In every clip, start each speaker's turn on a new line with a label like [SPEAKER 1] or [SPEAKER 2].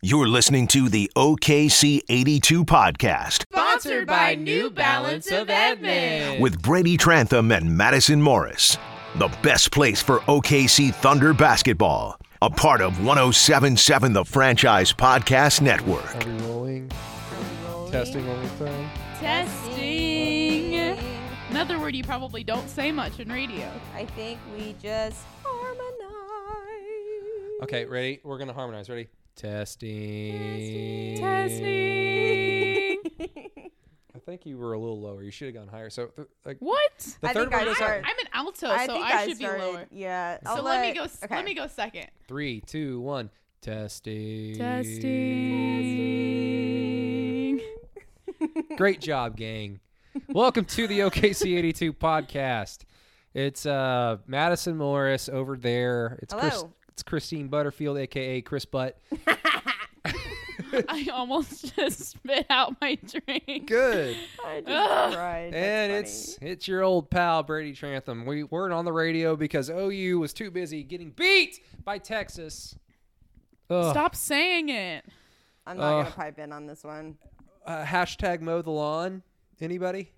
[SPEAKER 1] You're listening to the OKC 82 podcast
[SPEAKER 2] Sponsored by New Balance of Edmond.
[SPEAKER 1] with Brady Trantham and Madison Morris. The best place for OKC Thunder basketball, a part of 1077 The Franchise Podcast Network.
[SPEAKER 3] Are we rolling? Testing all the time.
[SPEAKER 2] Testing. Another word you probably don't say much in radio.
[SPEAKER 4] I think we just harmonize.
[SPEAKER 3] Okay, ready? We're gonna harmonize. Ready? Testing.
[SPEAKER 2] Testing.
[SPEAKER 3] I think you were a little lower. You should have gone higher. So, th- like
[SPEAKER 2] what?
[SPEAKER 3] the
[SPEAKER 4] I
[SPEAKER 3] third
[SPEAKER 4] think I
[SPEAKER 3] one is
[SPEAKER 4] start-
[SPEAKER 3] like
[SPEAKER 2] I'm an alto, so
[SPEAKER 4] I
[SPEAKER 2] I,
[SPEAKER 4] think I,
[SPEAKER 2] should
[SPEAKER 4] started.
[SPEAKER 2] be lower.
[SPEAKER 4] Yeah.
[SPEAKER 2] So
[SPEAKER 4] I'll
[SPEAKER 2] let, me go. s Let me go second.
[SPEAKER 3] three, two, one. Testing.
[SPEAKER 2] Testing.
[SPEAKER 3] Great job, gang. Welcome to the OKC 82 podcast. It's uh, Madison Morris over there. It's Chris,
[SPEAKER 4] Hello.
[SPEAKER 3] it's Christine Butterfield, aka Chris Butt.
[SPEAKER 2] I almost just spit out my drink.
[SPEAKER 3] Good.
[SPEAKER 4] I
[SPEAKER 2] Ugh.
[SPEAKER 4] just cried.
[SPEAKER 3] And
[SPEAKER 4] That's
[SPEAKER 3] it's it's your old pal Brady Trantham. We weren't on the radio because OU was too busy getting beat by Texas. Ugh.
[SPEAKER 2] Stop saying it.
[SPEAKER 4] funny. I'm not
[SPEAKER 3] Ugh.
[SPEAKER 4] gonna pipe in on this one.
[SPEAKER 3] Uh, hashtag mow the lawn. Anybody?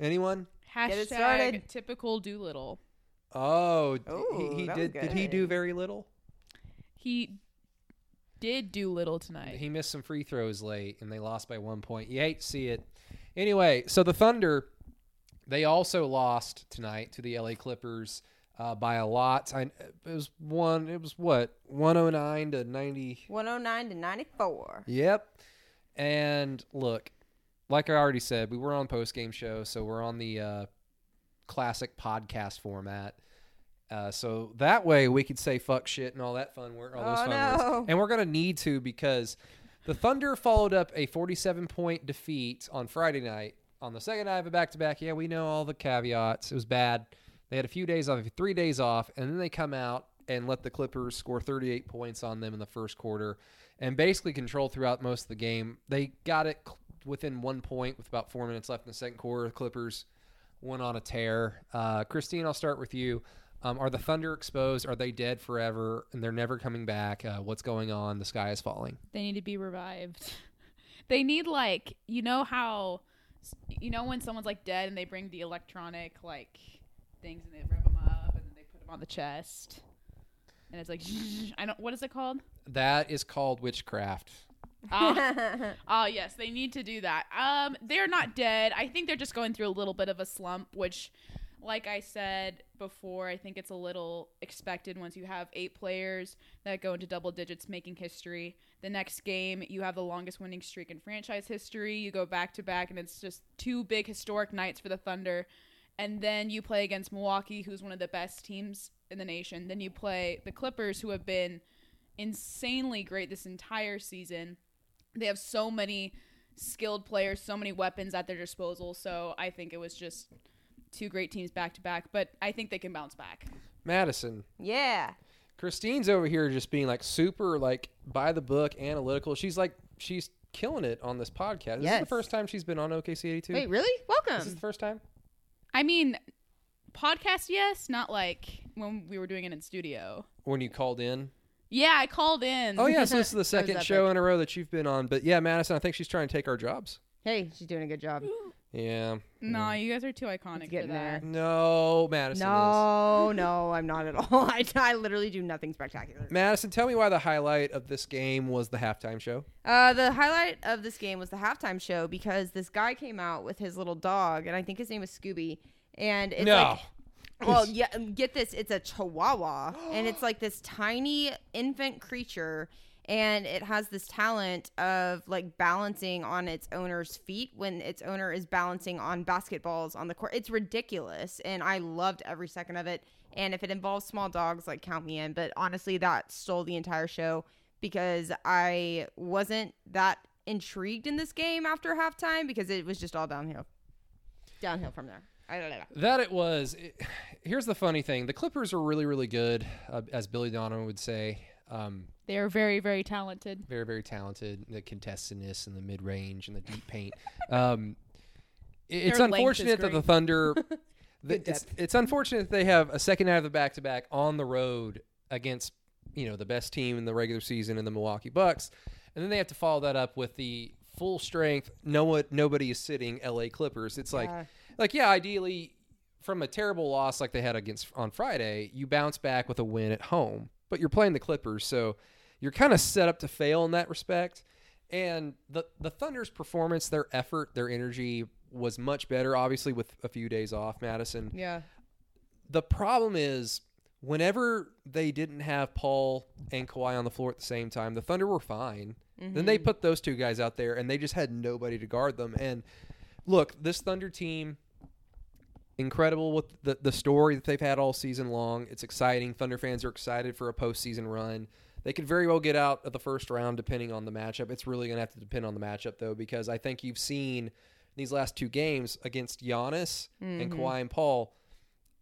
[SPEAKER 3] Anyone?
[SPEAKER 4] Get it
[SPEAKER 2] Hashtag
[SPEAKER 4] started.
[SPEAKER 2] typical Doolittle.
[SPEAKER 3] Oh, d-
[SPEAKER 4] Ooh,
[SPEAKER 3] he, he
[SPEAKER 4] that was
[SPEAKER 3] did. Did he
[SPEAKER 4] good.
[SPEAKER 3] do very little?
[SPEAKER 2] He did do little tonight.
[SPEAKER 3] He missed some free throws late, and they lost by one point. You hate to see it. Anyway, so the Thunder, they also lost tonight to the LA Clippers uh, by a lot. I, it was one. It was what one hundred nine to ninety.
[SPEAKER 4] 109 to 94.
[SPEAKER 3] Yep. And look, like I already said, we were on post game show, so we're on the uh, classic podcast format. Uh, so that way we could say fuck shit and all that fun word, all those fun
[SPEAKER 4] Oh, no.
[SPEAKER 3] words, and we're gonna need to because the Thunder followed up a 47 point defeat on Friday night on the second night of a back to back. Yeah, we know all the caveats. It was bad. They had a few days off, three days off, and then they come out and let the Clippers score 38 points on them in the first quarter and basically control throughout most of the game. They got it cl- within one point with about four minutes left in the second quarter. The Clippers went on a tear. Uh, Christine, I'll start with you. Um, are the Thunder exposed? Are they dead forever and they're never coming back? Uh, what's going on? The sky is falling.
[SPEAKER 2] They need to be revived. they need like you know how you know when someone's like dead and they bring the electronic like things and they rev them up and then they put them on the chest and it's like I don't what is it called?
[SPEAKER 3] That is called witchcraft.
[SPEAKER 2] Ah, ah, yes, they need to do that. Um, they're not dead. I think they're just going through a little bit of a slump, which, like I said before, I think it's a little expected once you have eight players that go into double digits making history. The next game, you have the longest winning streak in franchise history. You go back to back, and it's just two big historic nights for the Thunder. And then you play against Milwaukee, who's one of the best teams in the nation. Then you play the Clippers, who have been insanely great this entire season. They have so many skilled players, so many weapons at their disposal. So I think it was just two great teams back to back, but I think they can bounce back.
[SPEAKER 3] Madison,
[SPEAKER 4] Yeah.
[SPEAKER 3] Christine's over here just being like super like by the book analytical. She's like she's killing it on this podcast. This is the
[SPEAKER 4] Yes.
[SPEAKER 3] first time she's been on OKC eighty two.
[SPEAKER 4] Wait, really?
[SPEAKER 3] This is
[SPEAKER 4] Welcome.
[SPEAKER 3] the first time.
[SPEAKER 2] I mean, podcast, yes, not like when we were doing it in studio.
[SPEAKER 3] when you called in.
[SPEAKER 2] Yeah, I called in.
[SPEAKER 3] Oh yeah, so this is the
[SPEAKER 4] That was
[SPEAKER 3] second
[SPEAKER 4] epic.
[SPEAKER 3] show in a row that you've been on. But yeah, Madison, I think she's trying to take our jobs.
[SPEAKER 4] Hey, she's doing a good job.
[SPEAKER 3] Yeah.
[SPEAKER 2] No, you guys are too iconic for
[SPEAKER 4] getting
[SPEAKER 2] that.
[SPEAKER 3] No, Madison. Is.
[SPEAKER 4] No, no, I'm not at all. I, I literally do nothing spectacular.
[SPEAKER 3] Madison, tell me why the highlight of this game was the halftime show.
[SPEAKER 4] Uh, the highlight of this game was the halftime show because this guy came out with his little dog, and I think his name is Scooby. And it's like, well, yeah, um, get this, it's a Chihuahua, and it's like this tiny infant creature, and it has this talent of like balancing on its owner's feet when its owner is balancing on basketballs on the court. It's ridiculous, and I loved every second of it. And if it involves small dogs, like count me in. But honestly, that stole the entire show because I wasn't that intrigued in this game after halftime because it was just all downhill. Downhill from there. I don't know.
[SPEAKER 3] That it was. It- here's the funny thing: the Clippers are really, really good, uh, as Billy Donovan would say. Um,
[SPEAKER 2] They are very, very talented.
[SPEAKER 3] very very talented the contestedness and the mid range and the deep paint um i- it's
[SPEAKER 2] Their length is
[SPEAKER 3] unfortunate that the
[SPEAKER 2] great.
[SPEAKER 3] thunder th- it's, it's unfortunate that they have a second night of the back to back on the road against you know the best team in the regular season in the Milwaukee Bucks, and then they have to follow that up with the full strength. No one, nobody is sitting L.A. Clippers. It's like,
[SPEAKER 4] Yeah.
[SPEAKER 3] like yeah, ideally from a terrible loss like they had against on Friday, you bounce back with a win at home, but you're playing the Clippers, so you're kind of set up to fail in that respect. And the the Thunder's performance, their effort, their energy was much better. Obviously, with a few days off, Madison
[SPEAKER 4] Yeah.
[SPEAKER 3] the problem is whenever they didn't have Paul and Kawhi on the floor at the same time, the Thunder were fine. Then they put those two guys out there and they just had nobody to guard them. And look, this Thunder team incredible with the the story that they've had all season long. It's exciting. Thunder fans are excited for a postseason run. They could very well get out of the first round depending on the matchup. It's really going to have to depend on the matchup though, because I think you've seen these last two games against Giannis and Kawhi and Paul.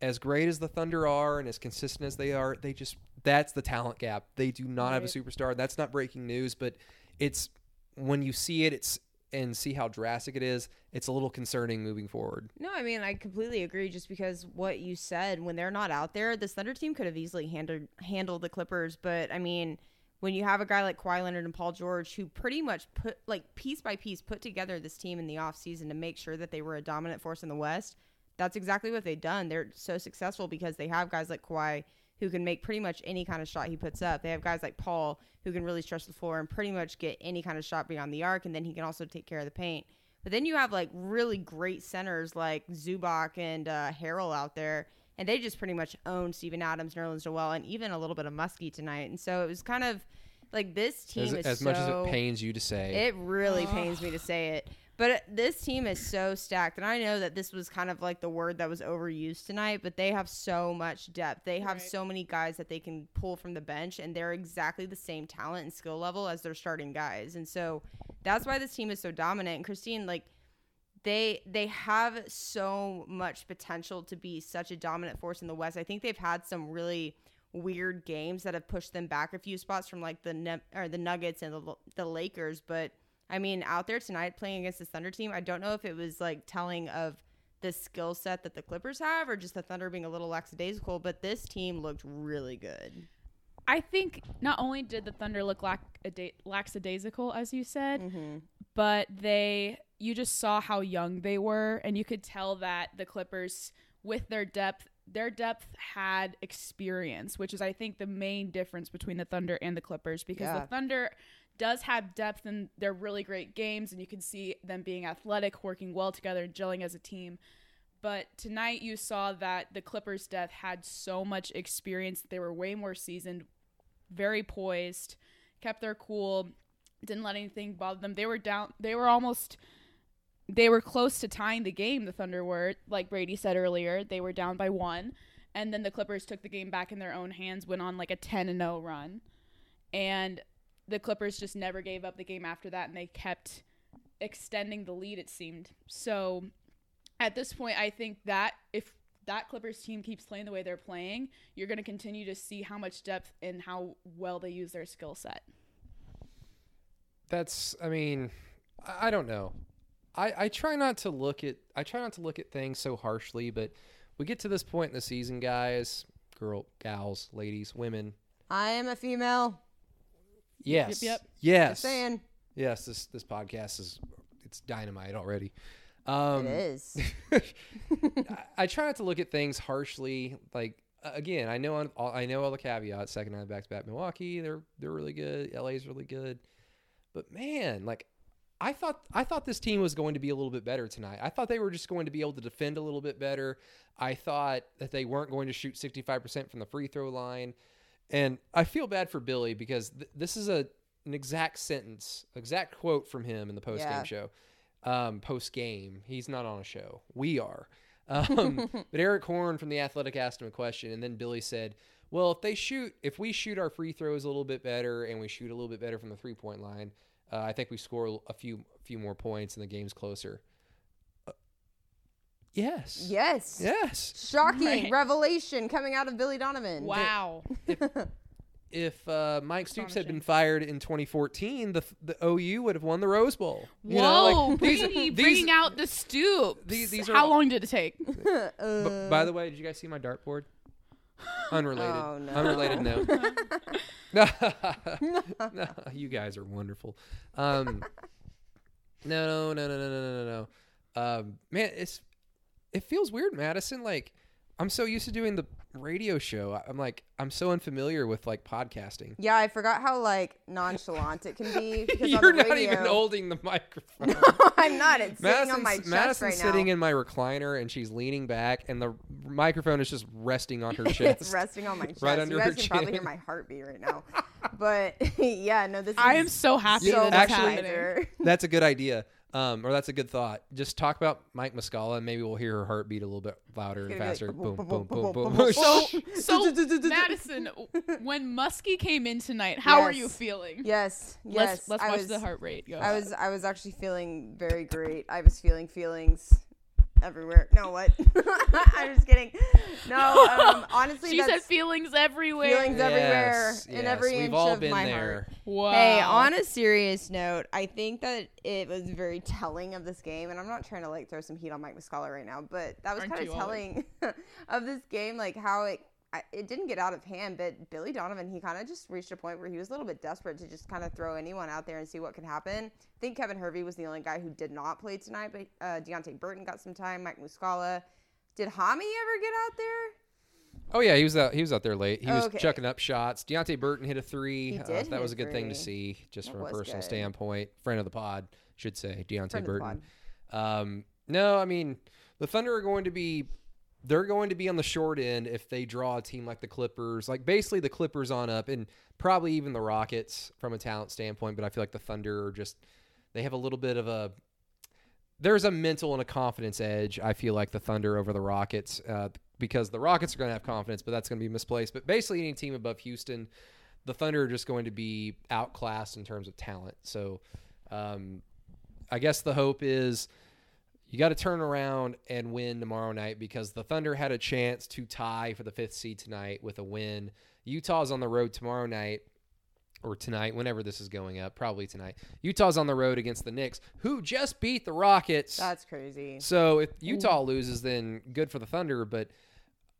[SPEAKER 3] As great as the Thunder are and as consistent as they are, they just that's the talent gap. They do not have a superstar. That's not breaking news, but it's when you see it, it's and see how drastic it is. It's a little concerning moving forward.
[SPEAKER 4] No, I mean I completely agree. Just because what you said, when they're not out there, this Thunder team could have easily handled handled the Clippers. But I mean, when you have a guy like Kawhi Leonard and Paul George, who pretty much put like piece by piece put together this team in the offseason to make sure that they were a dominant force in the West, that's exactly what they've done. They're so successful because they have guys like Kawhi who can make pretty much any kind of shot he puts up. They have guys like Paul who can really stretch the floor and pretty much get any kind of shot beyond the arc, and then he can also take care of the paint. But then you have like really great centers like Zubac and uh, Harrell out there, and they just pretty much own Steven Adams, Nerlens Noel, and even a little bit of Muskie tonight. And so it was kind of like this team
[SPEAKER 3] as,
[SPEAKER 4] is
[SPEAKER 3] as much as
[SPEAKER 4] so-
[SPEAKER 3] it pains you to say.
[SPEAKER 4] it really pains me to say it. But uh, this team is so stacked. And I know that this was kind of like the word that was overused tonight, but they have so much depth. They have so many guys that they can pull from the bench, and they're exactly the same talent and skill level as their starting guys. And so that's why this team is so dominant. And Christine, like, they they have so much potential to be such a dominant force in the West. I think they've had some really weird games that have pushed them back a few spots from like the ne- or the Nuggets and the, the Lakers, but I mean, out there tonight playing against the Thunder team, I don't know if it was like telling of the skill set that the Clippers have or just the Thunder being a little lackadaisical, but this team looked really good.
[SPEAKER 2] I think not only did the Thunder look lackada- lackadaisical, as you said,
[SPEAKER 4] Mm-hmm.
[SPEAKER 2] but they you just saw how young they were, and you could tell that the Clippers, with their depth, their depth had experience, which is I think the main difference between the Thunder and the Clippers, because
[SPEAKER 4] Yeah.
[SPEAKER 2] the Thunder does have depth and they're really great games, and you can see them being athletic, working well together, and gelling as a team. But tonight you saw that the Clippers' death had so much experience. They were way more seasoned, very poised, kept their cool, didn't let anything bother them. They were down. They were almost. They were close to tying the game. The Thunder were, like Brady said earlier, they were down by one, and then the Clippers took the game back in their own hands, went on like a ten and zero run, and the Clippers just never gave up the game after that, and they kept extending the lead. It seemed so. At this point, I think that if that Clippers team keeps playing the way they're playing, you're going to continue to see how much depth and how well they use their skill set.
[SPEAKER 3] That's I mean, I I don't know. I, I try not to look at I try not to look at things so harshly, but we get to this point in the season, guys, girl, gals, ladies, women.
[SPEAKER 4] I am a female.
[SPEAKER 3] Yes.
[SPEAKER 2] yep.
[SPEAKER 3] Yes.
[SPEAKER 4] Saying
[SPEAKER 3] Yes, this this podcast is it's dynamite already. Um
[SPEAKER 4] it is.
[SPEAKER 3] I- I try not to look at things harshly. Like uh, again, I know all, I know all the caveats. Second half back to back Milwaukee, they're they're really good. LA's really good, but man, like I thought I thought this team was going to be a little bit better tonight. I thought they were just going to be able to defend a little bit better. I thought that they weren't going to shoot sixty five percent from the free throw line, and I feel bad for Billy because th- this is a an exact sentence, exact quote from him in the post game
[SPEAKER 4] Yeah.
[SPEAKER 3] show. Um, post game, he's not on a show. We are. Um, but Eric Horn from The Athletic asked him a question, and then Billy said, Well, if they shoot, if we shoot our free throws a little bit better and we shoot a little bit better from the three point line, uh, I think we score a few few more points and the game's closer. Uh, yes.
[SPEAKER 4] yes.
[SPEAKER 3] Yes.
[SPEAKER 4] Shocking
[SPEAKER 2] Right.
[SPEAKER 4] revelation coming out of Billy Donovan.
[SPEAKER 2] Wow.
[SPEAKER 3] If uh, Mike Stoops had been fired in 2014, the, the OU would have won the Rose Bowl.
[SPEAKER 2] Whoa,
[SPEAKER 3] You know, like,
[SPEAKER 2] Brady bringing out the stoops.
[SPEAKER 3] These- these are
[SPEAKER 2] How
[SPEAKER 3] all-
[SPEAKER 2] long did it take?
[SPEAKER 3] B- by the way, did you guys see my dartboard? Unrelated.
[SPEAKER 4] Mm. Oh, no.
[SPEAKER 3] Unrelated no. no. You guys are wonderful. Um No, no, no, no, no, no, no, no. Um man, it's it feels weird, Madison. Like I'm so used to doing the radio show. I- I'm like I'm so unfamiliar with like podcasting.
[SPEAKER 4] Yeah, I forgot how like nonchalant it can be. Because
[SPEAKER 3] You're
[SPEAKER 4] on the
[SPEAKER 3] not
[SPEAKER 4] radio,
[SPEAKER 3] even holding the microphone.
[SPEAKER 4] I'm not. It's sitting on
[SPEAKER 3] Madison's,
[SPEAKER 4] my chest
[SPEAKER 3] Madison's
[SPEAKER 4] right
[SPEAKER 3] sitting
[SPEAKER 4] now.
[SPEAKER 3] in my recliner and she's leaning back and the microphone is just resting on her chest.
[SPEAKER 4] it's resting on my chest.
[SPEAKER 3] under
[SPEAKER 4] you
[SPEAKER 3] her
[SPEAKER 4] guys can probably hear
[SPEAKER 3] chin.
[SPEAKER 4] my heartbeat right now. But yeah, no, this.
[SPEAKER 2] I am
[SPEAKER 4] is
[SPEAKER 2] so happy
[SPEAKER 4] so
[SPEAKER 2] that it's
[SPEAKER 3] actually-
[SPEAKER 2] happening.
[SPEAKER 4] bizarre.
[SPEAKER 3] That's a good idea. Um, or that's a good thought. Just talk about Mike Muscala, and maybe we'll hear her heartbeat a little bit louder and
[SPEAKER 4] gonna be like,
[SPEAKER 3] faster.
[SPEAKER 4] boom,
[SPEAKER 3] Boom,
[SPEAKER 4] boom,
[SPEAKER 3] boom,
[SPEAKER 4] boom,
[SPEAKER 3] boom,
[SPEAKER 4] boom,
[SPEAKER 3] boom.
[SPEAKER 4] boom,
[SPEAKER 2] So, so Madison, when Muskie came in tonight, how are you
[SPEAKER 4] Yes.
[SPEAKER 2] feeling?
[SPEAKER 4] Yes, yes.
[SPEAKER 2] Let's let's
[SPEAKER 4] I
[SPEAKER 2] watch
[SPEAKER 4] was,
[SPEAKER 2] the heart rate go.
[SPEAKER 4] I was I was actually feeling very great. I was feeling feelings everywhere. No, what? I'm just kidding. No, um, honestly,
[SPEAKER 2] she said
[SPEAKER 4] that's
[SPEAKER 2] feelings everywhere.
[SPEAKER 4] feelings everywhere
[SPEAKER 3] Yes,
[SPEAKER 4] in every
[SPEAKER 3] yes,
[SPEAKER 4] inch
[SPEAKER 3] We've all
[SPEAKER 4] of
[SPEAKER 3] been
[SPEAKER 4] my
[SPEAKER 3] there.
[SPEAKER 4] heart.
[SPEAKER 2] Wow.
[SPEAKER 4] Hey, on a serious note, I think that it was very telling of this game, and I'm not trying to like throw some heat on Mike Muscala right now, but that was
[SPEAKER 2] Aren't
[SPEAKER 4] kind
[SPEAKER 2] you
[SPEAKER 4] of
[SPEAKER 2] always?
[SPEAKER 4] telling of this game, like how it I, it didn't get out of hand, but Billy Donovan he kind of just reached a point where he was a little bit desperate to just kind of throw anyone out there and see what could happen. I think Kevin Hervey was the only guy who did not play tonight, but uh, Deontay Burton got some time. Mike Muscala, did Hami ever get out there?
[SPEAKER 3] Oh yeah, he was out. He was out there late. He was
[SPEAKER 4] Okay.
[SPEAKER 3] chucking up shots. Deontay Burton hit a three.
[SPEAKER 4] He
[SPEAKER 3] Uh,
[SPEAKER 4] did
[SPEAKER 3] that
[SPEAKER 4] hit
[SPEAKER 3] was
[SPEAKER 4] a
[SPEAKER 3] a good thing to
[SPEAKER 4] three.
[SPEAKER 3] see, just
[SPEAKER 4] That
[SPEAKER 3] from a
[SPEAKER 4] was
[SPEAKER 3] personal
[SPEAKER 4] good.
[SPEAKER 3] standpoint. Friend of the pod, should say Deontay
[SPEAKER 4] Friend of the
[SPEAKER 3] Burton. Um, no, I mean the Thunder are going to be. They're going to be on the short end if they draw a team like the Clippers, like basically the Clippers on up, and probably even the Rockets from a talent standpoint. But I feel like the Thunder are just they have a little bit of a there's a mental and a confidence edge. I feel like the Thunder over the Rockets uh, because the Rockets are going to have confidence, but that's going to be misplaced. But basically, any team above Houston, the Thunder are just going to be outclassed in terms of talent. So, um, I guess the hope is you got to turn around and win tomorrow night because the Thunder had a chance to tie for the fifth seed tonight with a win. Utah's on the road tomorrow night or tonight, whenever this is going up, probably tonight. Utah's on the road against the Knicks, who just beat the Rockets.
[SPEAKER 4] That's crazy.
[SPEAKER 3] So if Utah loses, then good for the Thunder. But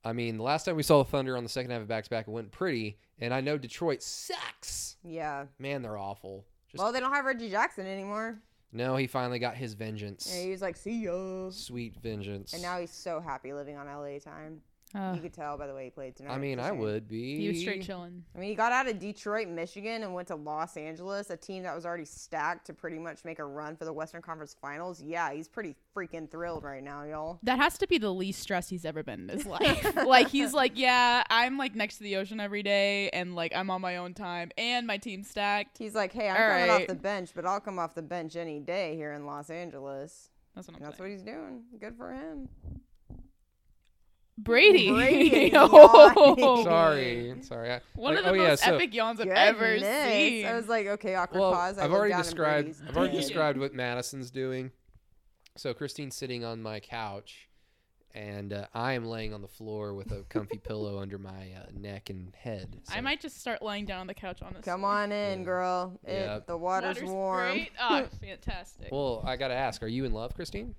[SPEAKER 3] I mean, the last time we saw the Thunder on the second half of back to back, it went pretty. And I know Detroit sucks.
[SPEAKER 4] Yeah.
[SPEAKER 3] Man, they're awful. Just
[SPEAKER 4] Well, they don't have Reggie Jackson anymore.
[SPEAKER 3] no, he finally got his vengeance.
[SPEAKER 4] And he was like, "See ya."
[SPEAKER 3] Sweet vengeance.
[SPEAKER 4] And now he's so happy living on LA time.
[SPEAKER 2] Uh,
[SPEAKER 4] you could tell by the way he played tonight.
[SPEAKER 3] I mean,
[SPEAKER 4] It's
[SPEAKER 3] I
[SPEAKER 4] a shame.
[SPEAKER 3] would be.
[SPEAKER 2] he was straight chilling.
[SPEAKER 4] I mean, he got out of Detroit, Michigan, and went to Los Angeles, a team that was already stacked to pretty much make a run for the Western Conference Finals. Yeah, he's pretty freaking thrilled right now, y'all.
[SPEAKER 2] That has to be the least stress he's ever been in his life. like he's like, yeah, I'm like next to the ocean every day, and like I'm on my own time, and my team's stacked.
[SPEAKER 4] He's like, "Hey, I'm
[SPEAKER 2] All
[SPEAKER 4] coming
[SPEAKER 2] right.
[SPEAKER 4] off the bench, but I'll come off the bench any day here in Los Angeles."
[SPEAKER 2] That's what I'm
[SPEAKER 4] And that's
[SPEAKER 2] saying.
[SPEAKER 4] what he's doing. Good for him.
[SPEAKER 2] Brady.
[SPEAKER 4] Brady,
[SPEAKER 2] oh,
[SPEAKER 4] yawning.
[SPEAKER 3] Sorry, sorry. I-
[SPEAKER 2] one of
[SPEAKER 3] like,
[SPEAKER 2] the
[SPEAKER 3] oh, yeah,
[SPEAKER 2] most
[SPEAKER 3] so-
[SPEAKER 2] epic yawns I've ever
[SPEAKER 4] Goodness.
[SPEAKER 2] seen.
[SPEAKER 4] I was like, "Okay, awkward
[SPEAKER 3] well,
[SPEAKER 4] pause." I
[SPEAKER 3] I've
[SPEAKER 4] looked
[SPEAKER 3] already
[SPEAKER 4] down and
[SPEAKER 3] described.
[SPEAKER 4] Brady's
[SPEAKER 3] I've already
[SPEAKER 4] dead.
[SPEAKER 3] described what Madison's doing. So Christine's sitting on my couch, and uh, I am laying on the floor with a comfy pillow under my uh, neck and head.
[SPEAKER 2] I
[SPEAKER 3] So-
[SPEAKER 2] might just start lying down on the couch, honestly.
[SPEAKER 4] Come on in,
[SPEAKER 3] Yeah.
[SPEAKER 4] girl. It,
[SPEAKER 3] Yep.
[SPEAKER 4] The water's, warm.
[SPEAKER 2] Great. Oh, fantastic.
[SPEAKER 3] Well, I gotta ask: Are you in love, Christine?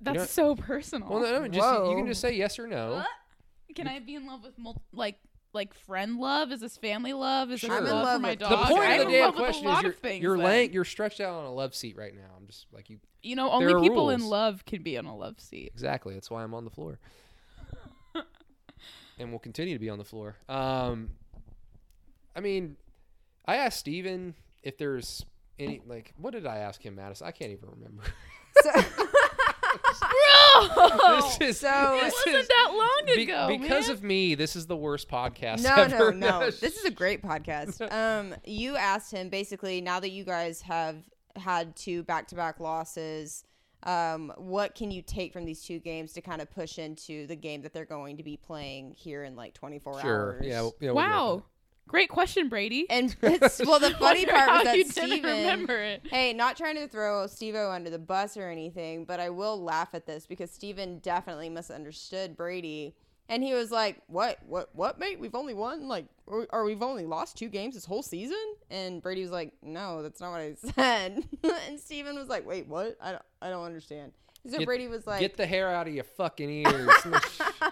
[SPEAKER 2] That's
[SPEAKER 3] know-
[SPEAKER 2] so personal.
[SPEAKER 3] Well, no, no just, you
[SPEAKER 4] Whoa.
[SPEAKER 3] can just say yes or no.
[SPEAKER 2] What? Can I be in love with mul- like like friend love? Is this family love? Is this
[SPEAKER 3] Sure. I'm in
[SPEAKER 2] love,
[SPEAKER 4] love
[SPEAKER 2] for my
[SPEAKER 4] with-
[SPEAKER 2] dog?
[SPEAKER 3] The point
[SPEAKER 2] I'm in
[SPEAKER 3] of the damn
[SPEAKER 2] love with a
[SPEAKER 3] question
[SPEAKER 2] lot
[SPEAKER 3] is
[SPEAKER 2] of
[SPEAKER 3] you're,
[SPEAKER 2] things,
[SPEAKER 3] you're
[SPEAKER 2] but,
[SPEAKER 3] laying, you're stretched out on a love seat right now. I'm just like you.
[SPEAKER 2] You know, only
[SPEAKER 3] are
[SPEAKER 2] people in
[SPEAKER 3] rules.
[SPEAKER 2] love can be on a love seat.
[SPEAKER 3] Exactly. That's why I'm on the floor. and will continue to be on the floor. Um, I mean, I asked Steven if there's any, like, what did I ask him, Madison? I can't even remember.
[SPEAKER 4] So- Oh,
[SPEAKER 2] Bro,
[SPEAKER 3] is,
[SPEAKER 4] So-
[SPEAKER 2] it
[SPEAKER 4] this
[SPEAKER 2] wasn't that long
[SPEAKER 3] be-
[SPEAKER 2] ago.
[SPEAKER 3] because
[SPEAKER 2] man.
[SPEAKER 3] of me, this is the worst podcast
[SPEAKER 4] no, no,
[SPEAKER 3] ever.
[SPEAKER 4] no. This is a great podcast. Um, you asked him basically now that you guys have had two back-to-back losses, um, what can you take from these two games to kind of push into the game that they're going to be playing here in like 24
[SPEAKER 3] Sure.
[SPEAKER 4] hours?
[SPEAKER 3] Yeah. w- yeah we'll go with
[SPEAKER 2] wow, great question, Brady.
[SPEAKER 4] And it's, well, the funny
[SPEAKER 2] Wonder
[SPEAKER 4] part
[SPEAKER 2] how
[SPEAKER 4] was that
[SPEAKER 2] you didn't
[SPEAKER 4] Steven
[SPEAKER 2] remember it.
[SPEAKER 4] Hey, not trying to throw Stevo under the bus or anything, but I will laugh at this because Steven definitely misunderstood Brady. And he was like, "What? What? What, mate? We've only won like, or, or we've only lost two games this whole season." And Brady was like, "No, that's not what I said." and Steven was like, "Wait, what? I don't, I don't understand." So
[SPEAKER 3] Get-
[SPEAKER 4] Brady was like,
[SPEAKER 3] Get the hair out of your fucking ears.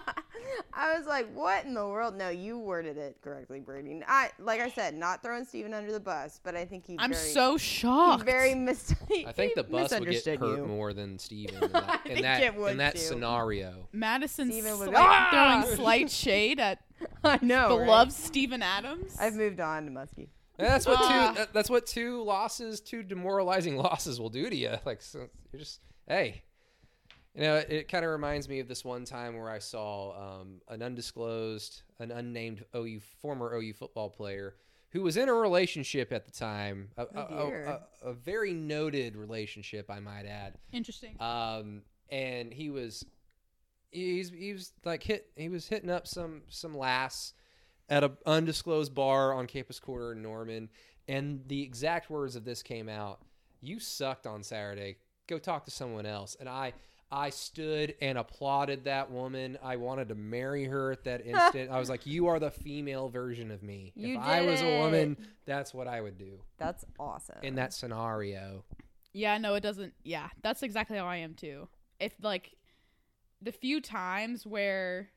[SPEAKER 4] I was like, what in the world? No, you worded it correctly, Brady. I like I said, not throwing Steven under the bus, but I think he
[SPEAKER 2] I'm
[SPEAKER 4] very,
[SPEAKER 2] so
[SPEAKER 4] he
[SPEAKER 2] shocked.
[SPEAKER 4] very mis-
[SPEAKER 3] I think the bus would get
[SPEAKER 4] he misunderstood
[SPEAKER 3] hurt
[SPEAKER 4] you.
[SPEAKER 3] more than Steven in that, in
[SPEAKER 4] think
[SPEAKER 3] that,
[SPEAKER 4] it would
[SPEAKER 3] in that
[SPEAKER 4] too.
[SPEAKER 3] scenario.
[SPEAKER 2] Madison
[SPEAKER 4] Steven would
[SPEAKER 2] slight,
[SPEAKER 4] be like, "Ah!"
[SPEAKER 2] throwing slight shade at
[SPEAKER 4] I know. right?
[SPEAKER 2] beloved Steven Adams.
[SPEAKER 4] I've moved on to Muskie.
[SPEAKER 3] And that's what
[SPEAKER 2] Ah.
[SPEAKER 3] two. that- That's what two losses, two demoralizing losses, will do to you. Like so you're just hey, you know. It, it kind of reminds me of this one time where I saw um, an undisclosed, an unnamed OU former OU football player who was in a relationship at the time, a, a, a-
[SPEAKER 4] dear.
[SPEAKER 3] a- a very noted relationship, I might add.
[SPEAKER 2] Interesting.
[SPEAKER 3] Um, and he was, he's he was like hit. He was hitting up some some lass at a undisclosed bar on Campus Quarter in Norman, and the exact words of this came out: "You sucked on Saturday. Go talk to someone else." And I. I stood and applauded that woman. I wanted to marry her at that instant. I was like, "You are the female version of me.
[SPEAKER 4] You
[SPEAKER 3] if I
[SPEAKER 4] did
[SPEAKER 3] was a
[SPEAKER 4] it. Uh.
[SPEAKER 3] woman, that's what I would do
[SPEAKER 4] That's awesome.
[SPEAKER 3] in that scenario."
[SPEAKER 2] Yeah, no, it doesn't. Yeah, that's exactly how I am too. If like the few times where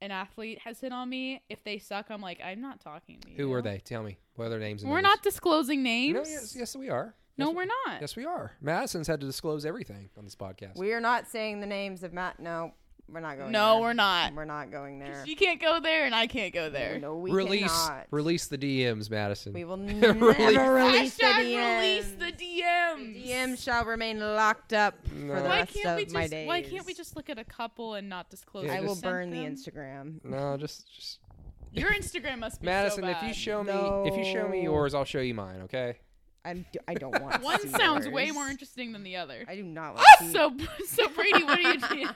[SPEAKER 2] an athlete has hit on me, if they suck, I'm like, I'm not talking to you.
[SPEAKER 3] Who are they? Tell me. What are their names? and
[SPEAKER 2] We're
[SPEAKER 3] numbers?
[SPEAKER 2] not disclosing names.
[SPEAKER 3] No, yes, yes, we are.
[SPEAKER 2] No,
[SPEAKER 3] yes,
[SPEAKER 2] we're not.
[SPEAKER 3] Yes, we are. Madison's had to disclose everything on this podcast.
[SPEAKER 4] we are not saying the names of Matt. No, we're not going.
[SPEAKER 2] No,
[SPEAKER 4] there.
[SPEAKER 2] we're not.
[SPEAKER 4] We're not going there.
[SPEAKER 2] You can't go there, and I can't go there.
[SPEAKER 4] No, we
[SPEAKER 3] release,
[SPEAKER 4] cannot.
[SPEAKER 3] release the DMs, Madison.
[SPEAKER 4] We will never
[SPEAKER 3] Release-
[SPEAKER 4] release the
[SPEAKER 2] Hashtag
[SPEAKER 4] DMs.
[SPEAKER 2] release the DMs.
[SPEAKER 4] DM shall remain locked up for
[SPEAKER 3] No.
[SPEAKER 4] the
[SPEAKER 2] Why
[SPEAKER 4] rest
[SPEAKER 2] can't
[SPEAKER 4] of
[SPEAKER 2] we
[SPEAKER 4] my
[SPEAKER 2] just?
[SPEAKER 4] days.
[SPEAKER 2] Why can't we just look at a couple and not disclose?
[SPEAKER 3] Yeah,
[SPEAKER 4] I
[SPEAKER 2] who
[SPEAKER 4] will
[SPEAKER 2] sent
[SPEAKER 4] burn
[SPEAKER 2] them?
[SPEAKER 4] the Instagram.
[SPEAKER 3] no, just, just
[SPEAKER 2] Your Instagram must be so
[SPEAKER 3] Madison. if you
[SPEAKER 2] bad.
[SPEAKER 3] show me, if you show me
[SPEAKER 4] No.
[SPEAKER 3] yours, I'll show you mine. Okay.
[SPEAKER 4] I, d- I don't want. to
[SPEAKER 2] one
[SPEAKER 4] see
[SPEAKER 2] sounds way
[SPEAKER 4] yours.
[SPEAKER 2] more interesting than the other.
[SPEAKER 4] I do not want. to see-
[SPEAKER 2] So, so Brady, what do you do?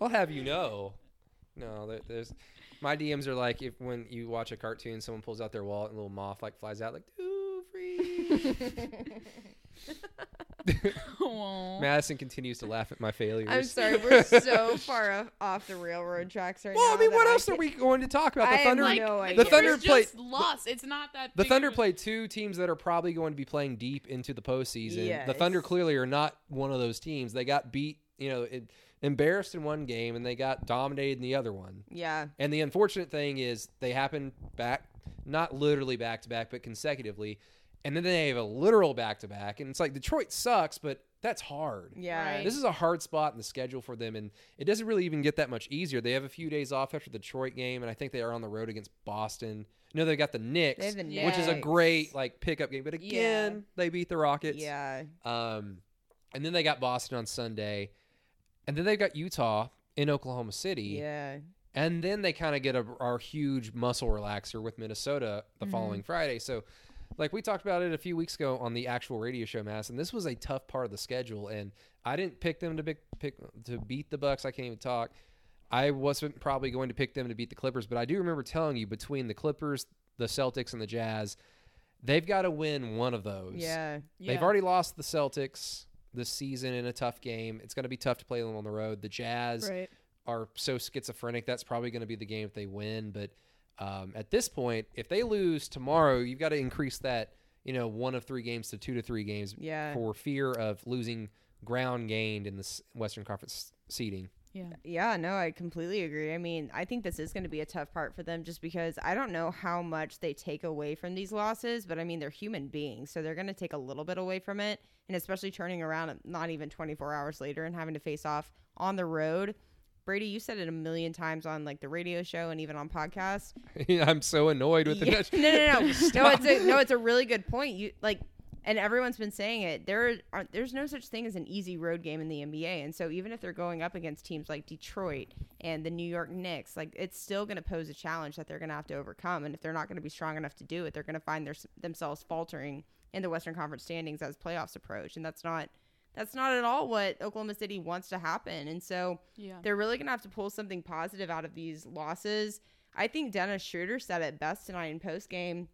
[SPEAKER 3] I'll have you know. No, there, there's my DMs are like if when you watch a cartoon, someone pulls out their wallet and a little moth like flies out like ooh free.
[SPEAKER 2] Aw.
[SPEAKER 3] Madison continues to laugh at my failures.
[SPEAKER 4] I'm sorry, we're so far off, off the railroad tracks right now.
[SPEAKER 3] well, I mean,
[SPEAKER 4] that
[SPEAKER 3] what else are
[SPEAKER 4] can't-
[SPEAKER 3] we going to talk about?
[SPEAKER 4] I
[SPEAKER 3] The
[SPEAKER 4] have
[SPEAKER 3] Thunder.
[SPEAKER 4] no
[SPEAKER 2] like,
[SPEAKER 4] idea.
[SPEAKER 2] the
[SPEAKER 3] The Thunder
[SPEAKER 2] Thunder
[SPEAKER 3] played-
[SPEAKER 2] just lost. It's not that
[SPEAKER 3] The
[SPEAKER 2] big
[SPEAKER 3] Thunder
[SPEAKER 2] of a-
[SPEAKER 3] played two teams that are probably going to be playing deep into the postseason. The
[SPEAKER 4] Yes.
[SPEAKER 3] Thunder clearly are not one of those teams. They got beat, you know, it, embarrassed in one game, and they got dominated in the other one.
[SPEAKER 4] Yeah,
[SPEAKER 3] And the unfortunate thing is they happened back, not literally back to back, but consecutively. And then they have a literal back to back, and it's like Detroit sucks, but that's hard.
[SPEAKER 4] yeah.
[SPEAKER 2] Right.
[SPEAKER 3] This is a hard spot in the schedule for them, and it doesn't really even get that much easier. They have a few days off after the Detroit game, and I think they are on the road against Boston. No, they got the Knicks,
[SPEAKER 4] They have the
[SPEAKER 3] which is a
[SPEAKER 4] Knicks.
[SPEAKER 3] great like pickup game. But again, they beat the Rockets.
[SPEAKER 4] Yeah,
[SPEAKER 3] Um, and then they got Boston on Sunday, and then they've got Utah in Oklahoma City,
[SPEAKER 4] yeah.
[SPEAKER 3] and then they kind of get a, our huge muscle relaxer with Minnesota the following Friday. So. Like we talked about it a few weeks ago on the actual radio show, Mass, and this was a tough part of the schedule. And I didn't pick them to pick, pick to beat the Bucks. I can't even talk. I wasn't probably going to pick them to beat the Clippers, but I do remember telling you between the Clippers, the Celtics, and the Jazz, they've got to win one of those.
[SPEAKER 4] Yeah.
[SPEAKER 2] Yeah.
[SPEAKER 3] They've already lost the Celtics this season in a tough game. It's going to be tough to play them on the road. The Jazz
[SPEAKER 2] Right.
[SPEAKER 3] are so schizophrenic. That's probably going to be the game if they win. But um, at this point, if they lose tomorrow, you've got to increase that, you know, one of three games to two to three games
[SPEAKER 4] Yeah.
[SPEAKER 3] for fear of losing ground gained in the s- Western Conference seating.
[SPEAKER 2] Yeah.
[SPEAKER 4] Yeah, no, I completely agree. I mean, I think this is going to be a tough part for them just because I don't know how much they take away from these losses, but I mean, they're human beings, so they're going to take a little bit away from it. And especially turning around at not even 24 hours later and having to face off on the road. Brady, you said it a million times on like the radio show and even on podcasts.
[SPEAKER 3] I'm so annoyed with the
[SPEAKER 4] Yeah.
[SPEAKER 3] Dutch-
[SPEAKER 4] No, no, no, no. It's a, no, it's a really good point. You like, and everyone's been saying it. There are there's no such thing as an easy road game in the NBA, and so even if they're going up against teams like Detroit and the New York Knicks, like it's still going to pose a challenge that they're going to have to overcome. And if they're not going to be strong enough to do it, they're going to find their, themselves faltering in the Western Conference standings as playoffs approach, and that's not. That's not at all what Oklahoma City wants to happen. And so
[SPEAKER 2] Yeah.
[SPEAKER 4] they're really going to have to pull something positive out of these losses. I think Dennis Schroeder said it best tonight in postgame.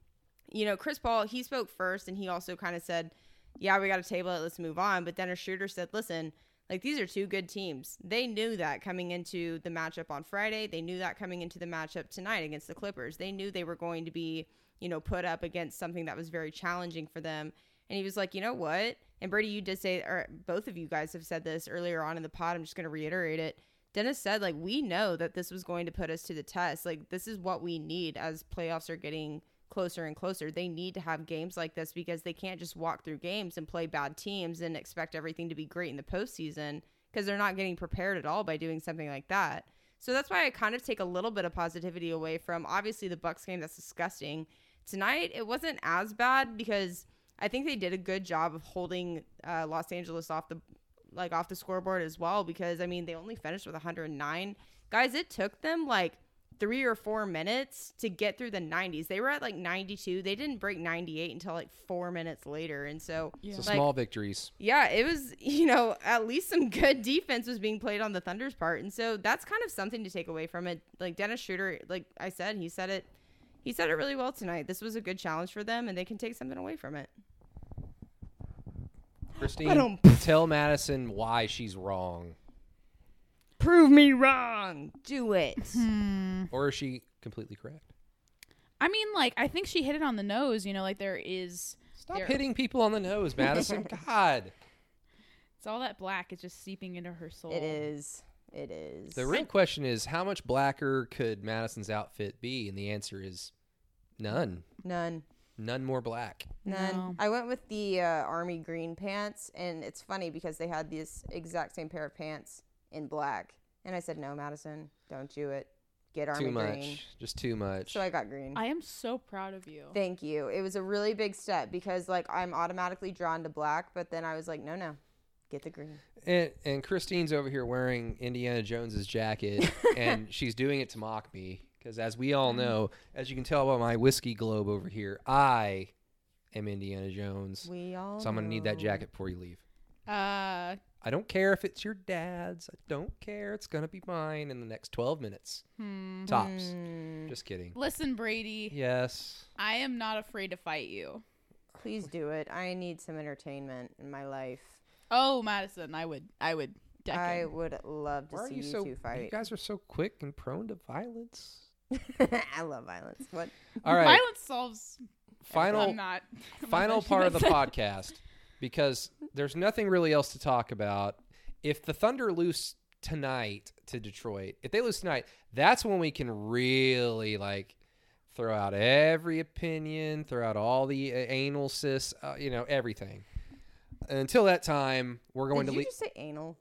[SPEAKER 4] You know, Chris Paul, he spoke first and he also kind of said, Yeah, we got to table it. Let's move on. But Dennis Schroeder said, Listen, like these are two good teams. They knew that coming into the matchup on Friday. They knew that coming into the matchup tonight against the Clippers. They knew they were going to be, you know, put up against something that was very challenging for them. and he was like, you know what? And Brady, you did say, or both of you guys have said this earlier on in the pod. I'm just going to reiterate it. Dennis said, like, we know that this was going to put us to the test. Like, this is what we need as playoffs are getting closer and closer. They need to have games like this because they can't just walk through games and play bad teams and expect everything to be great in the postseason because they're not getting prepared at all by doing something like that. So that's why I kind of take a little bit of positivity away from obviously the Bucks game. That's disgusting. Tonight it wasn't as bad because I think they did a good job of holding uh, Los Angeles off the like off the scoreboard as well because I mean they only finished with 109 guys. It took them like three or four minutes to get through the 90s. They were at like 92. They didn't break 98 until like four minutes later, and so
[SPEAKER 2] Yeah.
[SPEAKER 3] So
[SPEAKER 4] like,
[SPEAKER 3] small victories.
[SPEAKER 4] yeah, it was, you know, at least some good defense was being played on the Thunder's part. And so that's kind of something to take away from it. Like Dennis Schroeder, like I said, he said it he said it really well tonight. This was a good challenge for them and they can take something away from it.
[SPEAKER 3] Christine,
[SPEAKER 4] don't-
[SPEAKER 3] tell Madison why she's wrong,
[SPEAKER 4] Prove me wrong. Do it.
[SPEAKER 3] or is she completely correct?
[SPEAKER 2] Hmm. I mean, like, I think she hit it on the nose. You know, like there is.
[SPEAKER 3] Stop
[SPEAKER 2] there-
[SPEAKER 3] hitting people on the nose, Madison. God,
[SPEAKER 2] It's all that black is just seeping into her soul.
[SPEAKER 4] it is. It is.
[SPEAKER 3] the real question is how much blacker could Madison's outfit be, and the answer is none.
[SPEAKER 4] None.
[SPEAKER 3] None more black.
[SPEAKER 4] None.
[SPEAKER 2] No.
[SPEAKER 4] I went with the uh, army green pants, and it's funny because they had this exact same pair of pants in black. And I said, no, Madison, don't do it. Get army
[SPEAKER 3] too much.
[SPEAKER 4] green.
[SPEAKER 3] Just too much.
[SPEAKER 4] So I got green.
[SPEAKER 2] I am so proud of you.
[SPEAKER 4] Thank you. It was a really big step because like I'm automatically drawn to black, but then I was like, no, no, get the green.
[SPEAKER 3] And, and Christine's over here wearing Indiana Jones's jacket, and she's doing it to mock me. Because as we
[SPEAKER 4] Mm.
[SPEAKER 3] all know, as you can tell by my whiskey globe over here, I am Indiana Jones.
[SPEAKER 4] We all.
[SPEAKER 3] So I'm gonna need that
[SPEAKER 4] know.
[SPEAKER 3] jacket before you leave.
[SPEAKER 2] Uh,
[SPEAKER 3] I don't care if it's your dad's. I don't care. It's gonna be mine in the next 12 minutes,
[SPEAKER 2] hmm.
[SPEAKER 3] tops.
[SPEAKER 4] Mm,
[SPEAKER 3] Just kidding.
[SPEAKER 2] Listen, Brady,
[SPEAKER 3] Yes.
[SPEAKER 2] I am not afraid to fight you.
[SPEAKER 4] please do it. I need some entertainment in my life.
[SPEAKER 2] Oh, Madison, I would, I would deck
[SPEAKER 4] I
[SPEAKER 2] him.
[SPEAKER 4] would love to
[SPEAKER 3] Why are
[SPEAKER 4] see
[SPEAKER 3] you so?
[SPEAKER 4] two
[SPEAKER 3] You
[SPEAKER 4] fight.
[SPEAKER 3] guys are so quick and prone to violence.
[SPEAKER 4] I love violence. What?
[SPEAKER 3] All right.
[SPEAKER 2] Violence solves.
[SPEAKER 3] Final.
[SPEAKER 2] I'm not.
[SPEAKER 3] final
[SPEAKER 2] She
[SPEAKER 3] part of the
[SPEAKER 2] does-
[SPEAKER 3] podcast because there's nothing really else to talk about. If the Thunder lose tonight to Detroit, if they lose tonight, that's when we can really like throw out every opinion, throw out all the uh, anal cis, uh, you know, everything. Until that time, we're going to
[SPEAKER 4] Did you
[SPEAKER 3] leave.
[SPEAKER 4] just say anal?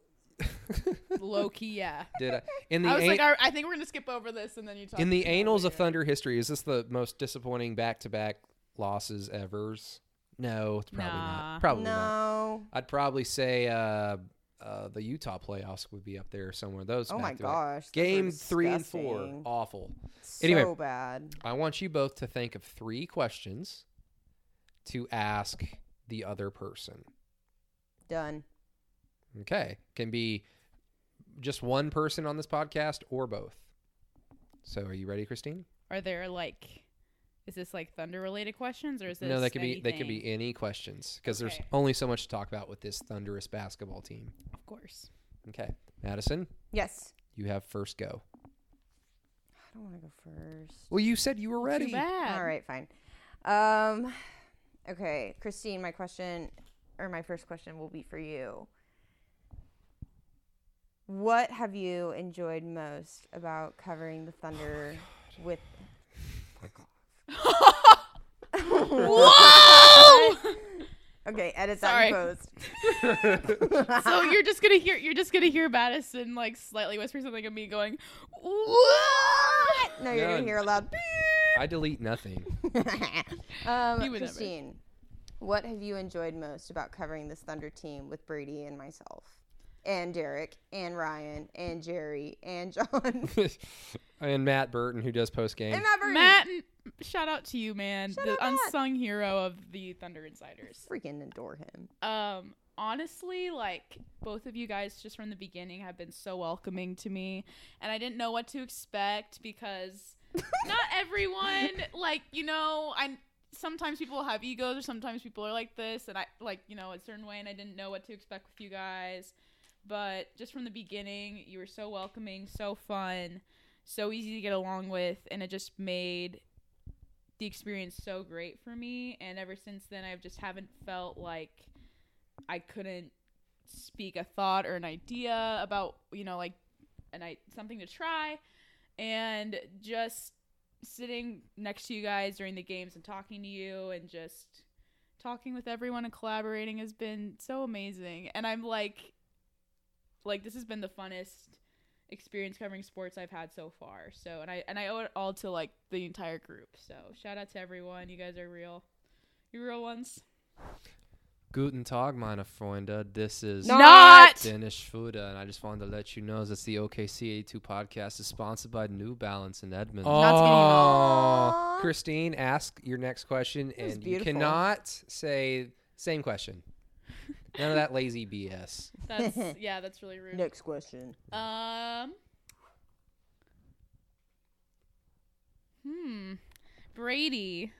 [SPEAKER 2] Low key, yeah.
[SPEAKER 3] Did I? In the
[SPEAKER 2] I was
[SPEAKER 3] an-
[SPEAKER 2] like, I, I think we're gonna skip over this, and then you talk.
[SPEAKER 3] in the
[SPEAKER 2] about it
[SPEAKER 3] annals of
[SPEAKER 2] later.
[SPEAKER 3] Thunder history, is this the most disappointing back-to-back losses ever's? No, it's probably
[SPEAKER 2] Nah.
[SPEAKER 3] not. Probably not.
[SPEAKER 4] no.
[SPEAKER 3] I'd probably say uh, uh, the Utah playoffs would be up there somewhere. Those
[SPEAKER 4] Oh my
[SPEAKER 3] back-to-back.
[SPEAKER 4] gosh. those were
[SPEAKER 3] game three and four,
[SPEAKER 4] disgusting.
[SPEAKER 3] awful.
[SPEAKER 4] So
[SPEAKER 3] Anyway.
[SPEAKER 4] bad.
[SPEAKER 3] I want you both to think of three questions to ask the other person.
[SPEAKER 4] Done.
[SPEAKER 3] Okay, can be just one person on this podcast or both. So, are you ready, Christine?
[SPEAKER 2] Are there like, is this like thunder related questions, or is this
[SPEAKER 3] no, they could be they could
[SPEAKER 2] anything?
[SPEAKER 3] be any questions because there's
[SPEAKER 2] Okay.
[SPEAKER 3] only so much to talk about with this thunderous basketball team.
[SPEAKER 2] Of course.
[SPEAKER 3] Okay, Madison,
[SPEAKER 4] Yes.
[SPEAKER 3] you have first go.
[SPEAKER 4] I don't want to go first.
[SPEAKER 3] Well, you said you were
[SPEAKER 2] Too
[SPEAKER 3] ready.
[SPEAKER 2] bad.
[SPEAKER 4] All right, fine. Um, okay, Christine, my question or my first question will be for you. What have you enjoyed most about covering the Thunder with?
[SPEAKER 2] Whoa!
[SPEAKER 4] Okay, edit
[SPEAKER 2] Sorry.
[SPEAKER 4] that and post.
[SPEAKER 2] so you're just gonna hear you're just gonna hear Madison like slightly whisper something at me going, What?
[SPEAKER 4] No, you're
[SPEAKER 3] No.
[SPEAKER 4] gonna hear a loud.
[SPEAKER 3] I delete nothing.
[SPEAKER 4] um,
[SPEAKER 2] You would never.
[SPEAKER 4] Christine, what have you enjoyed most about covering this Thunder team with Brady and myself, and Derek, and Ryan, and Jerry, and John,
[SPEAKER 3] and Matt Burton, who does post game.
[SPEAKER 4] and Matt? Burton?
[SPEAKER 2] Matt shout out to you, man.
[SPEAKER 4] Shout
[SPEAKER 2] the
[SPEAKER 4] out, Matt.
[SPEAKER 2] unsung hero of the Thunder Insiders.
[SPEAKER 4] Freaking adore him.
[SPEAKER 2] Um honestly, like both of you guys just from the beginning have been so welcoming to me and I didn't know what to expect because not everyone like, you know, I sometimes people have egos or sometimes people are like this and I like, you know, a certain way and I didn't know what to expect with you guys. but just from the beginning you were so welcoming so fun so easy to get along with and it just made the experience so great for me and ever since then I've just haven't felt like I couldn't speak a thought or an idea about, you know, like and I something to try and just sitting next to you guys during the games and talking to you and just talking with everyone and collaborating has been so amazing and i'm like like this has been the funnest experience covering sports i've had so far so and i and i owe it all to like the entire group so shout out to everyone you guys are real you real ones
[SPEAKER 3] Guten Tag, meine Freunde. This is
[SPEAKER 4] No.
[SPEAKER 2] not
[SPEAKER 3] Dennis Fuda, and I just wanted to let you know that the OKCA2 podcast is sponsored by New Balance in Edmonds.
[SPEAKER 4] Aw.
[SPEAKER 3] Christine, ask your next question,
[SPEAKER 4] was
[SPEAKER 3] and you
[SPEAKER 4] beautiful.
[SPEAKER 3] cannot say same question. None of that lazy BS.
[SPEAKER 2] that's yeah that's really rude
[SPEAKER 4] Next question.
[SPEAKER 2] um hmm brady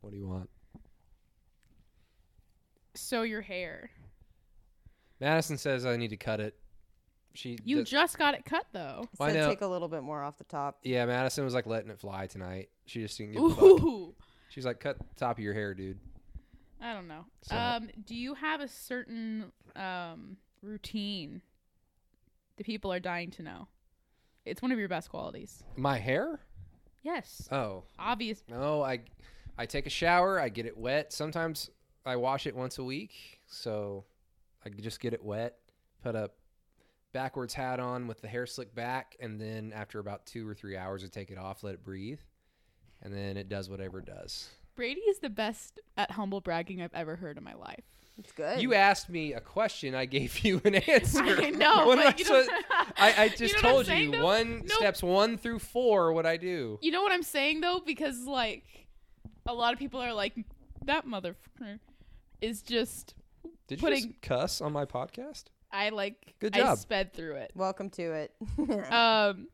[SPEAKER 3] What do you want?
[SPEAKER 2] so your hair
[SPEAKER 3] Madison says I need to cut it. She
[SPEAKER 2] you
[SPEAKER 3] does-
[SPEAKER 2] just got it cut though
[SPEAKER 3] Why
[SPEAKER 4] so
[SPEAKER 3] not?
[SPEAKER 4] take a little bit more off the top.
[SPEAKER 3] yeah. Madison was like letting it fly tonight. She just didn't give a fuck.
[SPEAKER 2] Ooh.
[SPEAKER 3] She's like, cut the top of your hair, dude.
[SPEAKER 2] I don't know.
[SPEAKER 3] So-
[SPEAKER 2] Um, do you have a certain um, routine the people are dying to know? It's one of your best qualities.
[SPEAKER 3] My hair?
[SPEAKER 2] Yes.
[SPEAKER 3] Oh,
[SPEAKER 2] Obvious.
[SPEAKER 3] No, I I take a shower, I get it wet. Sometimes I wash it once a week, so I could just get it wet, put a backwards hat on with the hair slicked back, and then after about two or three hours I take it off, let it breathe, and then it does whatever it does.
[SPEAKER 2] Brady is the best at humble bragging I've ever heard in my life.
[SPEAKER 4] It's good.
[SPEAKER 3] You asked me a question, I gave you an answer.
[SPEAKER 2] I know,
[SPEAKER 3] What am
[SPEAKER 2] but
[SPEAKER 3] I
[SPEAKER 2] you
[SPEAKER 3] supposed-
[SPEAKER 2] don't-
[SPEAKER 3] I, I
[SPEAKER 2] You
[SPEAKER 3] just
[SPEAKER 2] know what I'm
[SPEAKER 3] told you
[SPEAKER 2] saying, though?
[SPEAKER 3] one
[SPEAKER 2] No.
[SPEAKER 3] steps one through four what I do.
[SPEAKER 2] You know what I'm saying though, because like a lot of people are like, that motherfucker is just.
[SPEAKER 3] Did you
[SPEAKER 2] putting-
[SPEAKER 3] just cuss on my podcast?
[SPEAKER 2] I like.
[SPEAKER 3] Good
[SPEAKER 2] I
[SPEAKER 3] job.
[SPEAKER 2] sped through it.
[SPEAKER 4] Welcome to it.
[SPEAKER 2] Um,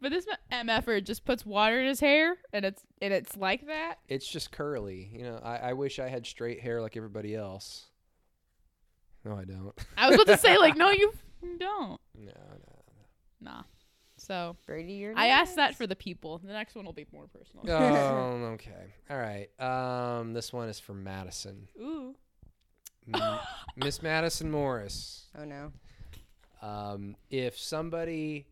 [SPEAKER 2] but this mf'er just puts water in his hair, and it's and it's like that.
[SPEAKER 3] It's just curly. You know, I, I wish I had straight hair like everybody else. No, I don't.
[SPEAKER 2] I was about to say, like, no, you f- don't.
[SPEAKER 3] No, no.
[SPEAKER 2] Nah. So
[SPEAKER 4] Brady, you're.
[SPEAKER 2] I asked that
[SPEAKER 4] next.
[SPEAKER 2] for the people. The next one will be more personal.
[SPEAKER 3] Oh, okay. All right. Um, this one is from Madison.
[SPEAKER 2] Ooh.
[SPEAKER 3] M- Miss Madison Morris.
[SPEAKER 4] Oh no.
[SPEAKER 3] Um, if somebody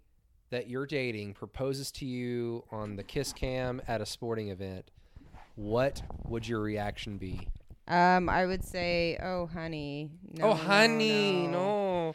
[SPEAKER 3] that you're dating proposes to you on the kiss cam at a sporting event, what would your reaction be?
[SPEAKER 4] Um, I would say, oh honey. No,
[SPEAKER 3] oh, honey,
[SPEAKER 4] no.
[SPEAKER 3] no.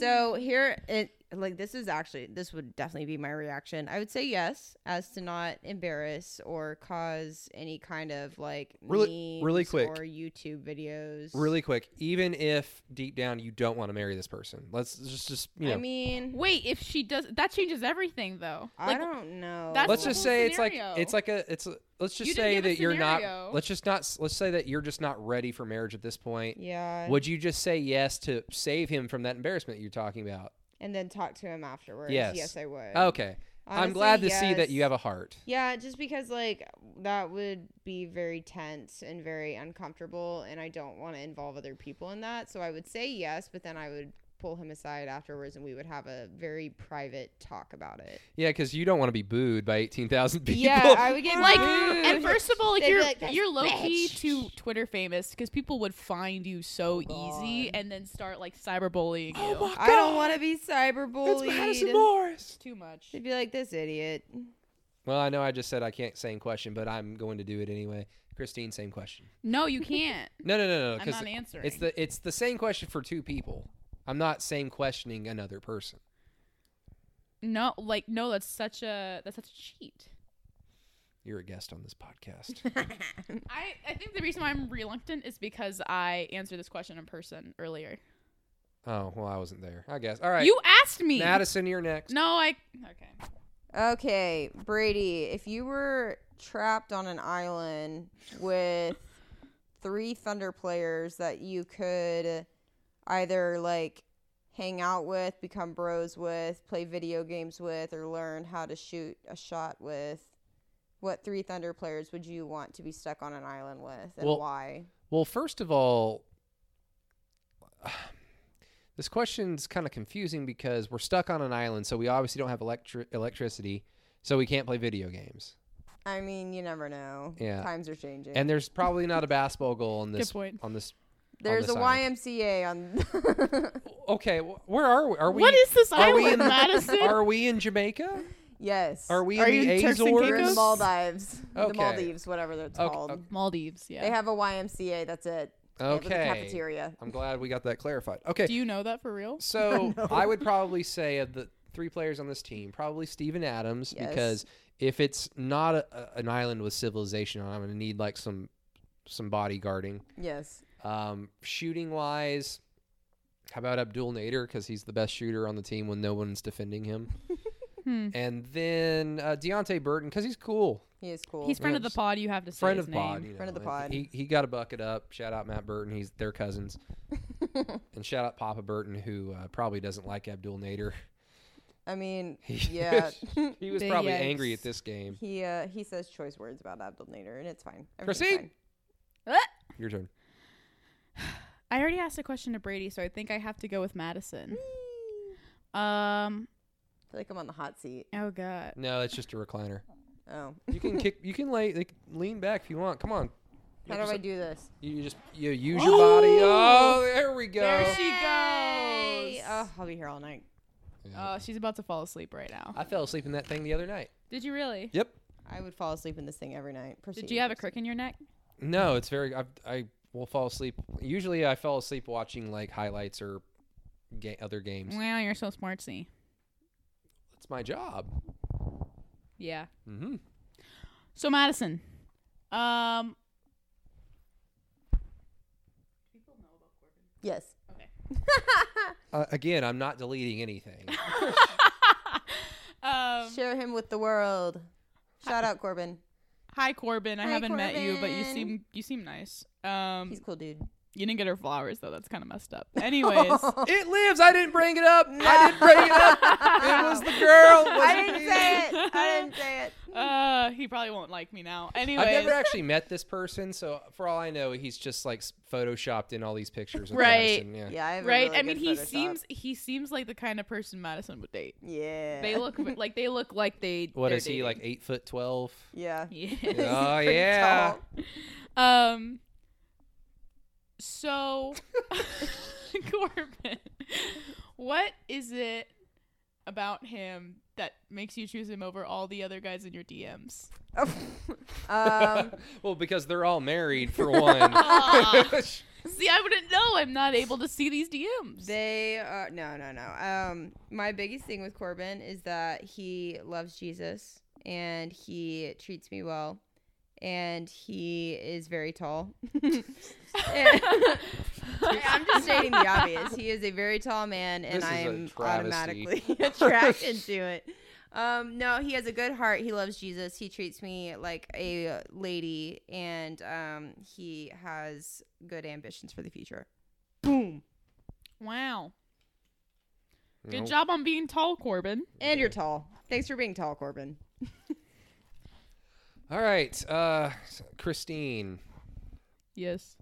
[SPEAKER 4] So here it like this is actually this would definitely be my reaction. I would say yes, as to not embarrass or cause any kind of like
[SPEAKER 3] Really- really
[SPEAKER 4] memes
[SPEAKER 3] quick.
[SPEAKER 4] or YouTube videos.
[SPEAKER 3] Really quick, even if deep down you don't want to marry this person, let's just just you know
[SPEAKER 4] I mean,
[SPEAKER 2] Wait, if she does, that changes everything, though. Like,
[SPEAKER 4] I don't know.
[SPEAKER 2] that's
[SPEAKER 3] let's
[SPEAKER 2] the
[SPEAKER 3] just
[SPEAKER 2] whole
[SPEAKER 3] say
[SPEAKER 2] scenario.
[SPEAKER 3] it's like it's like a it's a, let's just
[SPEAKER 2] You didn't
[SPEAKER 3] say
[SPEAKER 2] give a
[SPEAKER 3] that you're
[SPEAKER 2] scenario.
[SPEAKER 3] not let's just not s- let's say that you're just not ready for marriage at this point.
[SPEAKER 4] yeah.
[SPEAKER 3] Would you just say yes to save him from that embarrassment you're talking about?
[SPEAKER 4] and then talk to him afterwards.
[SPEAKER 3] Yes.
[SPEAKER 4] Yes, I would.
[SPEAKER 3] Okay. I'm glad to
[SPEAKER 4] Honestly,
[SPEAKER 3] see that
[SPEAKER 4] yes.
[SPEAKER 3] you have a heart.
[SPEAKER 4] Yeah, just because like that would be very tense and very uncomfortable, and I don't want to involve other people in that. So I would say yes, but then I would pull him aside afterwards, and we would have a very private talk about it.
[SPEAKER 3] Yeah, because you don't want to be booed by 18,000 people.
[SPEAKER 4] Yeah, I would get
[SPEAKER 2] Like,
[SPEAKER 4] booed.
[SPEAKER 2] and first of all, like
[SPEAKER 4] mm-hmm. They'd be
[SPEAKER 2] you're
[SPEAKER 4] like, "That's
[SPEAKER 2] you're low key
[SPEAKER 4] bitch." Oh,
[SPEAKER 2] to Twitter famous because people would find you so easy and then start like cyberbullying you.
[SPEAKER 3] Oh
[SPEAKER 4] I don't want to be cyberbullied.
[SPEAKER 3] Morris.
[SPEAKER 2] Too much.
[SPEAKER 4] They'd be like this idiot.
[SPEAKER 3] Well, I know I just said I can't same question, but I'm going to do it anyway. Christine, same question.
[SPEAKER 2] No, you can't.
[SPEAKER 3] No, no, no, no.
[SPEAKER 2] I'm
[SPEAKER 3] 'cause
[SPEAKER 2] not answering.
[SPEAKER 3] It's the it's the same question for two people. I'm not same questioning another person.
[SPEAKER 2] No, like no, that's such a that's such a cheat.
[SPEAKER 3] You're a guest on this podcast.
[SPEAKER 2] I, I think the reason why I'm reluctant is because I answered this question in person earlier.
[SPEAKER 3] Oh, well, I wasn't there. I guess. All right.
[SPEAKER 2] You asked me.
[SPEAKER 3] Madison, you're next.
[SPEAKER 2] No, I okay.
[SPEAKER 4] Okay, Brady, if you were trapped on an island with three Thunder players that you could either like hang out with, become bros with, play video games with, or learn how to shoot a shot with, what three Thunder players would you want to be stuck on an island with and
[SPEAKER 3] Well-
[SPEAKER 4] why?
[SPEAKER 3] Well, first of all, this question's kind of confusing because we're stuck on an island, so we obviously don't have electri- electricity, so we can't play video games.
[SPEAKER 4] I mean, you never know.
[SPEAKER 3] Yeah.
[SPEAKER 4] Times are changing.
[SPEAKER 3] And there's probably not a basketball goal on this
[SPEAKER 2] point.
[SPEAKER 3] on this.
[SPEAKER 4] There's
[SPEAKER 3] this
[SPEAKER 4] a
[SPEAKER 3] island.
[SPEAKER 4] YMCA on.
[SPEAKER 3] Okay, wh- where are we? Are we?
[SPEAKER 2] what is this
[SPEAKER 3] Are we
[SPEAKER 2] island,
[SPEAKER 3] in
[SPEAKER 2] Madison?
[SPEAKER 3] Are we in Jamaica?
[SPEAKER 4] yes.
[SPEAKER 3] Are we
[SPEAKER 2] Are
[SPEAKER 3] in
[SPEAKER 2] you
[SPEAKER 3] the
[SPEAKER 2] in Turks and
[SPEAKER 4] We're in the
[SPEAKER 2] Caicos?
[SPEAKER 3] Azores?
[SPEAKER 4] Maldives.
[SPEAKER 3] Okay.
[SPEAKER 4] The Maldives, whatever that's
[SPEAKER 3] Okay,
[SPEAKER 4] called.
[SPEAKER 3] okay.
[SPEAKER 2] Maldives, yeah.
[SPEAKER 4] They have a YMCA. That's it. They have a
[SPEAKER 3] Okay.
[SPEAKER 4] cafeteria.
[SPEAKER 3] I'm glad we got that clarified. Okay,
[SPEAKER 2] Do you know that for real?
[SPEAKER 3] so I would probably say of the three players on this team, probably Steven Adams,
[SPEAKER 4] Yes.
[SPEAKER 3] because if it's not a, a- an island with civilization on, it, I'm going to need like some some bodyguarding.
[SPEAKER 4] Yes.
[SPEAKER 3] Um, shooting wise, how about Abdul Nader because he's the best shooter on the team when no one's defending him.
[SPEAKER 2] Hmm.
[SPEAKER 3] And then uh, Deontay Burton because he's cool,
[SPEAKER 4] He is cool.
[SPEAKER 2] He's friend of the
[SPEAKER 3] Yes.
[SPEAKER 2] pod. You have to say
[SPEAKER 3] friend
[SPEAKER 2] his
[SPEAKER 3] of
[SPEAKER 2] name.
[SPEAKER 3] pod, you
[SPEAKER 4] Friend of
[SPEAKER 3] know,
[SPEAKER 4] the pod.
[SPEAKER 3] He he got a bucket up. Shout out Matt Burton. He's their cousins. and shout out Papa Burton who uh, probably doesn't like Abdul Nader.
[SPEAKER 4] I mean,
[SPEAKER 3] He
[SPEAKER 4] yeah.
[SPEAKER 3] was- he was
[SPEAKER 2] Big
[SPEAKER 3] probably
[SPEAKER 2] yikes.
[SPEAKER 3] angry at this game.
[SPEAKER 4] he uh, he says choice words about Abdul Nader, and it's fine. Everything's
[SPEAKER 3] Christine?
[SPEAKER 4] fine.
[SPEAKER 3] Your turn.
[SPEAKER 2] I already asked a question to Brady, so I think I have to go with Madison. Um.
[SPEAKER 4] I feel like I'm on the hot seat.
[SPEAKER 2] Oh God.
[SPEAKER 3] No, it's just a recliner.
[SPEAKER 4] Oh.
[SPEAKER 3] You can kick. You can lay. Like, lean back if you want. Come on.
[SPEAKER 4] How do I do this?
[SPEAKER 3] You just you use your body. Oh, there we go.
[SPEAKER 2] There she
[SPEAKER 4] Yay!
[SPEAKER 2] goes.
[SPEAKER 4] Oh, I'll be here all night.
[SPEAKER 2] Oh, she's about to fall asleep right now.
[SPEAKER 3] I fell asleep in that thing the other night.
[SPEAKER 2] Did you really?
[SPEAKER 3] Yep.
[SPEAKER 4] I would fall asleep in this thing every night.
[SPEAKER 2] Did
[SPEAKER 4] Proceed.
[SPEAKER 2] you have a crick in your neck?
[SPEAKER 3] No, it's very. I, I will fall asleep. Usually, I fall asleep watching like highlights or ga- other games.
[SPEAKER 2] Wow, you're so smartsy.
[SPEAKER 3] It's my job.
[SPEAKER 2] Yeah.
[SPEAKER 3] Mm-hmm.
[SPEAKER 2] So Madison, um,
[SPEAKER 4] Yes.
[SPEAKER 3] Uh, again, I'm not deleting anything.
[SPEAKER 2] um,
[SPEAKER 4] Share him with the world. Shout out Corbin.
[SPEAKER 2] hi Corbin. I
[SPEAKER 4] Hi,
[SPEAKER 2] haven't met you, but you
[SPEAKER 4] Corbin.
[SPEAKER 2] seem you seem nice. Um,
[SPEAKER 4] He's a cool dude.
[SPEAKER 2] you didn't get her flowers though. That's kind of messed up. Anyways,
[SPEAKER 3] it lives. I didn't bring it up. I didn't bring it up. It was the girl. it
[SPEAKER 4] I
[SPEAKER 3] wasn't
[SPEAKER 4] didn't
[SPEAKER 3] me.
[SPEAKER 4] say it. I didn't say it.
[SPEAKER 2] uh, he probably won't like me now. Anyways,
[SPEAKER 3] I've never actually met this person, so for all I know, he's just like s- photoshopped in all these pictures. With
[SPEAKER 2] Right.
[SPEAKER 3] Madison, Yeah.
[SPEAKER 4] Yeah, I have a
[SPEAKER 2] right?
[SPEAKER 4] really
[SPEAKER 2] I mean,
[SPEAKER 4] good
[SPEAKER 2] he
[SPEAKER 4] Photoshop.
[SPEAKER 2] seems he seems like the kind of person Madison would date.
[SPEAKER 4] Yeah.
[SPEAKER 2] They look like they look like they.
[SPEAKER 3] What
[SPEAKER 2] they're
[SPEAKER 3] is he
[SPEAKER 2] dating.
[SPEAKER 3] like? Eight foot twelve.
[SPEAKER 4] Yeah.
[SPEAKER 2] Yeah.
[SPEAKER 3] oh
[SPEAKER 4] Pretty
[SPEAKER 3] yeah.
[SPEAKER 4] tall.
[SPEAKER 2] Um. So, Corbin, what is it about him that makes you choose him over all the other guys in your DMs?
[SPEAKER 4] um,
[SPEAKER 3] well, because they're all married for one.
[SPEAKER 2] Ah. See, I wouldn't know. I'm not able to see these DMs.
[SPEAKER 4] they are no, no, no. Um, my biggest thing with Corbin is that he loves Jesus and he treats me well, and he is very tall. I'm just stating the obvious. He is a very tall man, and
[SPEAKER 3] This is a
[SPEAKER 4] I'm
[SPEAKER 3] travesty.
[SPEAKER 4] automatically attracted to it. Um, no, he has a good heart. He loves Jesus. He treats me like a lady, and um, he has good ambitions for the future. Boom.
[SPEAKER 2] wow. Good
[SPEAKER 3] Nope.
[SPEAKER 2] job on being tall, Corbin.
[SPEAKER 4] And you're tall. Thanks for being tall, Corbin.
[SPEAKER 3] All right, uh, Christine,
[SPEAKER 2] Yes.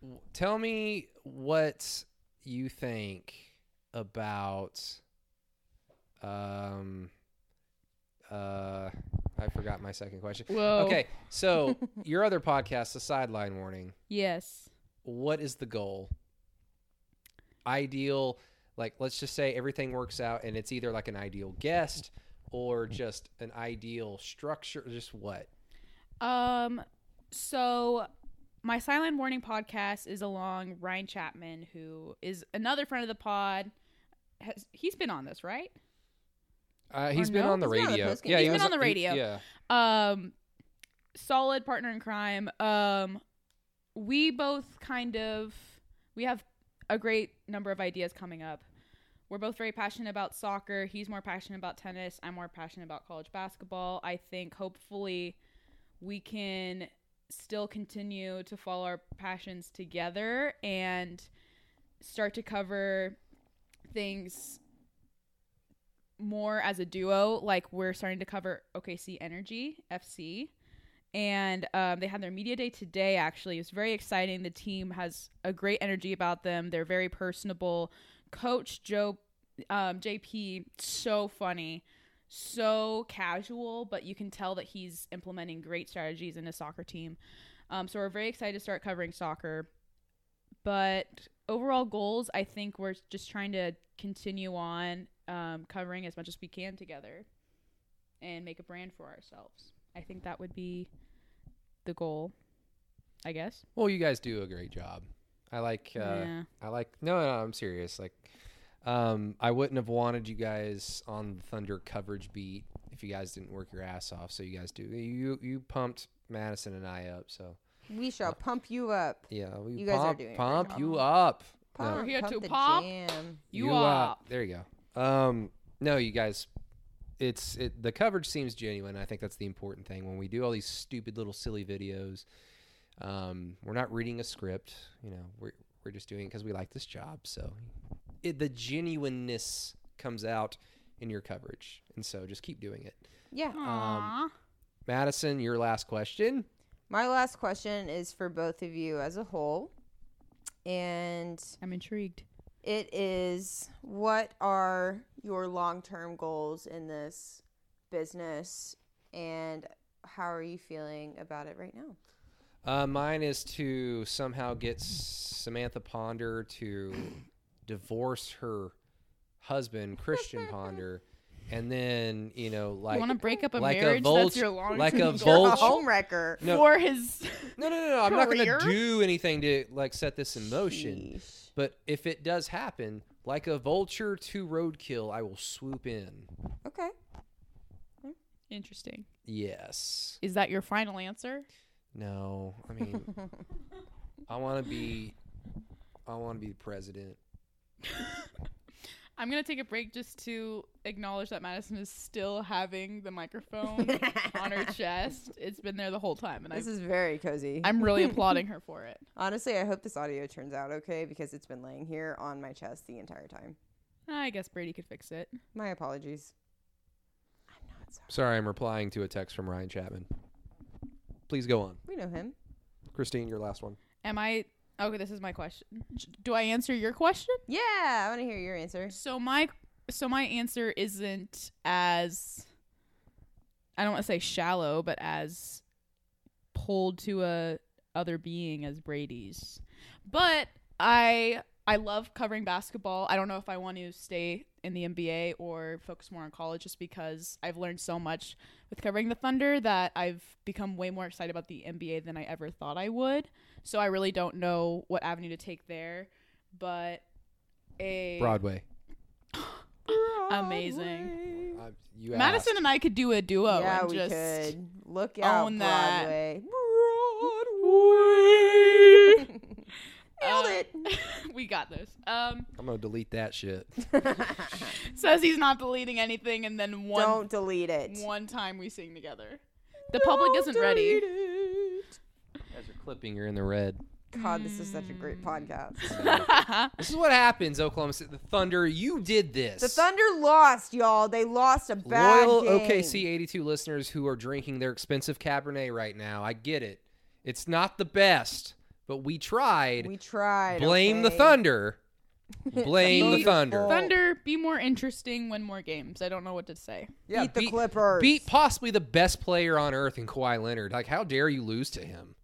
[SPEAKER 3] w- tell me what you think about. Um, uh, I forgot my second question.
[SPEAKER 2] Whoa.
[SPEAKER 3] Okay, so your other podcast, the Sideline Warning.
[SPEAKER 2] Yes.
[SPEAKER 3] what is the goal? Ideal, like let's just say everything works out and it's either like an ideal guest or just an ideal structure, just what?
[SPEAKER 2] Um, so my Silent Warning podcast is along Ryan Chapman, who is another friend of the pod. Has, he's been on this, right?
[SPEAKER 3] Uh, he's
[SPEAKER 2] Or
[SPEAKER 3] been
[SPEAKER 2] no?
[SPEAKER 3] on the
[SPEAKER 4] He's been on the
[SPEAKER 3] radio.
[SPEAKER 4] postgame.
[SPEAKER 3] he
[SPEAKER 2] He's been
[SPEAKER 3] was-
[SPEAKER 2] on the
[SPEAKER 3] he-
[SPEAKER 2] radio.
[SPEAKER 3] yeah.
[SPEAKER 2] Um, solid partner in crime. Um, we both kind of we have a great number of ideas coming up. We're both very passionate about soccer. He's more passionate about tennis. I'm more passionate about college basketball. I think hopefully we can still continue to follow our passions together and start to cover things more as a duo. Like we're starting to cover OKC Energy FC, and um, they had their media day today. Actually, it was very exciting. The team has a great energy about them. They're very personable. Coach Joe um, JP so funny. so casual, but you can tell that he's implementing great strategies in his soccer team. Um, so we're very excited to start covering soccer. But overall goals, I think we're just trying to continue on um, covering as much as we can together and make a brand for ourselves. I think that would be the goal, I guess.
[SPEAKER 3] Well, you guys do a great job. I like. Uh,
[SPEAKER 2] Yeah.
[SPEAKER 3] I like. No, no, I'm serious. Like, um, I wouldn't have wanted you guys on the Thunder coverage beat if you guys didn't work your ass off. So you guys do. You you pumped Madison and I up. So
[SPEAKER 4] We shall pump you up.
[SPEAKER 3] yeah, we
[SPEAKER 4] You guys are
[SPEAKER 3] pump,
[SPEAKER 4] doing a great
[SPEAKER 3] pump
[SPEAKER 4] job.
[SPEAKER 3] you up. No,
[SPEAKER 4] Pump,
[SPEAKER 2] We're here
[SPEAKER 4] pump
[SPEAKER 2] to
[SPEAKER 4] the
[SPEAKER 2] pop.
[SPEAKER 4] jam.
[SPEAKER 2] You, are.
[SPEAKER 3] There you uh, go. Um, no, you guys, it's it. The coverage seems genuine. I think that's the important thing. When we do all these stupid little silly videos, um, we're not reading a script. You know, we're we're just doing it because we like this job. So, it, the genuineness comes out in your coverage, and so just keep doing it.
[SPEAKER 4] Yeah.
[SPEAKER 3] um,
[SPEAKER 2] Aw.
[SPEAKER 3] Madison, your last question.
[SPEAKER 4] My last question is for both of you as a whole. And
[SPEAKER 2] I'm intrigued.
[SPEAKER 4] it is what are your long term goals in this business and how are you feeling about it right now?
[SPEAKER 3] Uh, mine is to somehow get Samantha Ponder to divorce her husband Christian Ponder, and then you know like
[SPEAKER 2] you want to break up a
[SPEAKER 3] like a
[SPEAKER 2] marriage?
[SPEAKER 3] vulture-
[SPEAKER 2] That's your long
[SPEAKER 3] like a
[SPEAKER 2] term
[SPEAKER 3] vulture-
[SPEAKER 2] goal
[SPEAKER 4] You're a
[SPEAKER 3] Bullsh-
[SPEAKER 4] homewrecker.
[SPEAKER 3] No.
[SPEAKER 2] for his.
[SPEAKER 3] no no no no I'm not
[SPEAKER 2] Career?
[SPEAKER 3] gonna do anything to like set this in motion.
[SPEAKER 4] Sheesh.
[SPEAKER 3] But if it does happen, like a vulture to roadkill, I will swoop in.
[SPEAKER 4] Okay.
[SPEAKER 2] Interesting.
[SPEAKER 3] Yes.
[SPEAKER 2] Is that your final answer?
[SPEAKER 3] No. I mean, I want to be. I want to be the president.
[SPEAKER 2] I'm gonna take a break just to acknowledge that Madison is still having the microphone on her chest. It's been there the whole time, and
[SPEAKER 4] This
[SPEAKER 2] I'm,
[SPEAKER 4] is very cozy.
[SPEAKER 2] I'm really applauding her for it.
[SPEAKER 4] Honestly, I hope this audio turns out okay because it's been laying here on my chest the entire time.
[SPEAKER 2] I guess Brady could fix it.
[SPEAKER 4] My apologies. I'm not sorry.
[SPEAKER 3] Sorry, I'm replying to a text from Ryan Chapman. Please go on.
[SPEAKER 4] We know him.
[SPEAKER 3] Christine, your last one.
[SPEAKER 2] Am I? Okay, this is my question. J- Do I answer your question?
[SPEAKER 4] Yeah, I want to hear your answer.
[SPEAKER 2] So my so my answer isn't as I don't want to say shallow, but as pulled to a other being as Brady's. But I I love covering basketball. I don't know if I want to stay in the NBA or focus more on college just because I've learned so much with covering the Thunder that I've become way more excited about the NBA than I ever thought I would. So I really don't know what avenue to take there, but a
[SPEAKER 3] Broadway.
[SPEAKER 2] amazing.
[SPEAKER 3] I, you
[SPEAKER 2] Madison and I could do a duo.
[SPEAKER 4] yeah,
[SPEAKER 2] and
[SPEAKER 4] we
[SPEAKER 2] just,
[SPEAKER 4] could. Look out,
[SPEAKER 2] own that.
[SPEAKER 4] Broadway.
[SPEAKER 3] Broadway.
[SPEAKER 4] Nailed
[SPEAKER 2] uh,
[SPEAKER 4] it.
[SPEAKER 2] we got this. Um,
[SPEAKER 3] I'm gonna delete that shit.
[SPEAKER 2] says he's not deleting anything, and then Uh, one
[SPEAKER 4] Don't delete it.
[SPEAKER 2] one time we sing together. The public isn't ready.
[SPEAKER 3] As you're clipping, you're in the red.
[SPEAKER 4] God, this is such a great
[SPEAKER 2] Mm.
[SPEAKER 4] podcast.
[SPEAKER 3] This is what happens, Oklahoma City. The Thunder, you did this.
[SPEAKER 4] The Thunder lost, y'all. They lost a bad
[SPEAKER 3] Loyal
[SPEAKER 4] game.
[SPEAKER 3] OKC 82 listeners who are drinking their expensive Cabernet right now. I get it. It's not the best, but we tried.
[SPEAKER 4] We tried.
[SPEAKER 3] Blame the
[SPEAKER 4] okay?
[SPEAKER 3] Thunder. Blame the
[SPEAKER 2] Eat
[SPEAKER 3] Thunder.
[SPEAKER 2] Thunder, be more interesting, win more games. I don't know what to say.
[SPEAKER 3] Yeah,
[SPEAKER 4] Beat the
[SPEAKER 3] beat-
[SPEAKER 4] Clippers.
[SPEAKER 3] Beat possibly the best player on earth in Kawhi Leonard. Like, how dare you lose to him?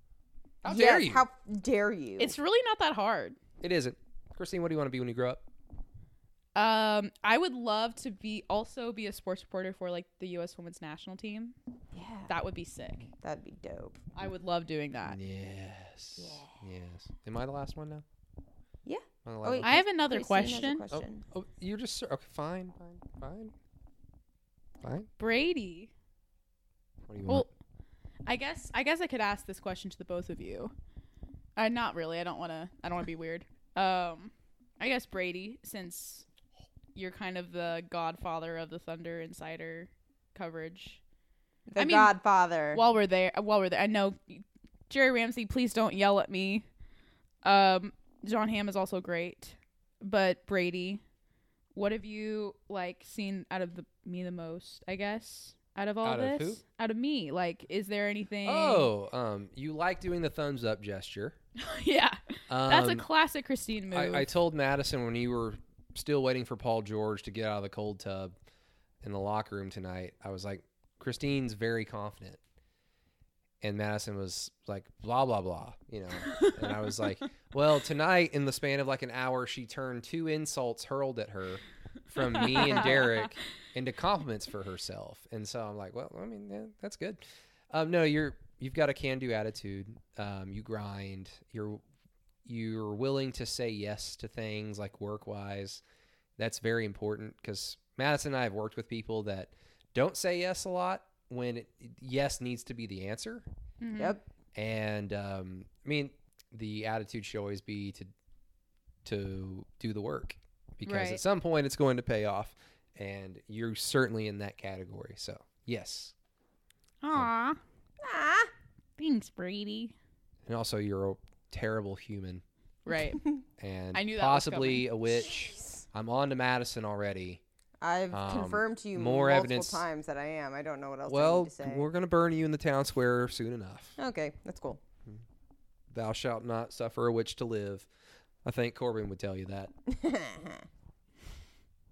[SPEAKER 3] How
[SPEAKER 4] Yes,
[SPEAKER 3] dare you?
[SPEAKER 4] How dare you?
[SPEAKER 2] It's really not that hard.
[SPEAKER 3] It isn't. Christine, what do you want to be when you grow up?
[SPEAKER 2] Um, I would love to be also be a sports reporter for like the U.S. Women's National Team.
[SPEAKER 4] yeah,
[SPEAKER 2] That would be sick.
[SPEAKER 4] that'd be dope.
[SPEAKER 2] I would love doing that.
[SPEAKER 3] Yes. Yes. Am I the last one now?
[SPEAKER 4] Yeah.
[SPEAKER 3] Am I the
[SPEAKER 4] Oh,
[SPEAKER 3] last
[SPEAKER 4] wait,
[SPEAKER 3] one?
[SPEAKER 2] I have another
[SPEAKER 4] Christine has
[SPEAKER 2] question.
[SPEAKER 4] a
[SPEAKER 3] Oh,
[SPEAKER 4] question.
[SPEAKER 3] oh, you're just sir- okay. Fine, fine, fine, fine.
[SPEAKER 2] Brady.
[SPEAKER 3] What do you
[SPEAKER 2] Well, I guess I guess I could ask this question to the both of you. Uh, not really. I don't want to. I don't want to be weird. Um, I guess Brady, since you're kind of the godfather of the Thunder insider coverage.
[SPEAKER 4] The
[SPEAKER 2] I mean-
[SPEAKER 4] Godfather.
[SPEAKER 2] While we're there, uh, while we're there, I know Jerry Ramsey. Please don't yell at me. Um, John Hamm is also great, but Brady, what have you like seen out of the me the most? I guess out of all
[SPEAKER 3] Out of
[SPEAKER 2] this,
[SPEAKER 3] who?
[SPEAKER 2] out of me. Like, is there anything?
[SPEAKER 3] want? Oh, um, you like doing the thumbs up gesture.
[SPEAKER 2] yeah.
[SPEAKER 3] Um,
[SPEAKER 2] That's a classic Christine move.
[SPEAKER 3] I, I told Madison when you were still waiting for Paul George to get out of the cold tub in the locker room tonight, I was like, Christine's very confident. And Madison was like, blah, blah, blah, you know. And I was like, well, tonight, in the span of like an hour, she turned two insults hurled at her from me and Derek into compliments for herself. And so I'm like, well, I mean, yeah, that's good. Um, no, you're you've got a can-do attitude. Um, you grind. You're you're willing to say yes to things like work-wise. That's very important because Madison and I have worked with people that don't say yes a lot when it, yes needs to be the answer.
[SPEAKER 2] Mm-hmm.
[SPEAKER 4] Yep.
[SPEAKER 3] And um, I mean, the attitude should always be to to do the work because
[SPEAKER 2] Right.
[SPEAKER 3] at some point it's going to pay off, and you're certainly in that category. So yes,
[SPEAKER 2] Aw,
[SPEAKER 4] Ah.
[SPEAKER 2] thanks, Brady.
[SPEAKER 3] and also you're a terrible human
[SPEAKER 2] Right.
[SPEAKER 3] and
[SPEAKER 2] I knew that was
[SPEAKER 3] possibly a witch. I'm on to Madison already.
[SPEAKER 4] I've
[SPEAKER 3] Um,
[SPEAKER 4] confirmed to you
[SPEAKER 3] more
[SPEAKER 4] multiple
[SPEAKER 3] evidence-
[SPEAKER 4] times that I am. I don't know what else I
[SPEAKER 3] well,
[SPEAKER 4] need to say.
[SPEAKER 3] we're gonna burn you in the town square soon enough.
[SPEAKER 4] Okay, that's cool.
[SPEAKER 3] Thou shalt not suffer a witch to live. I think Corbin would tell you that.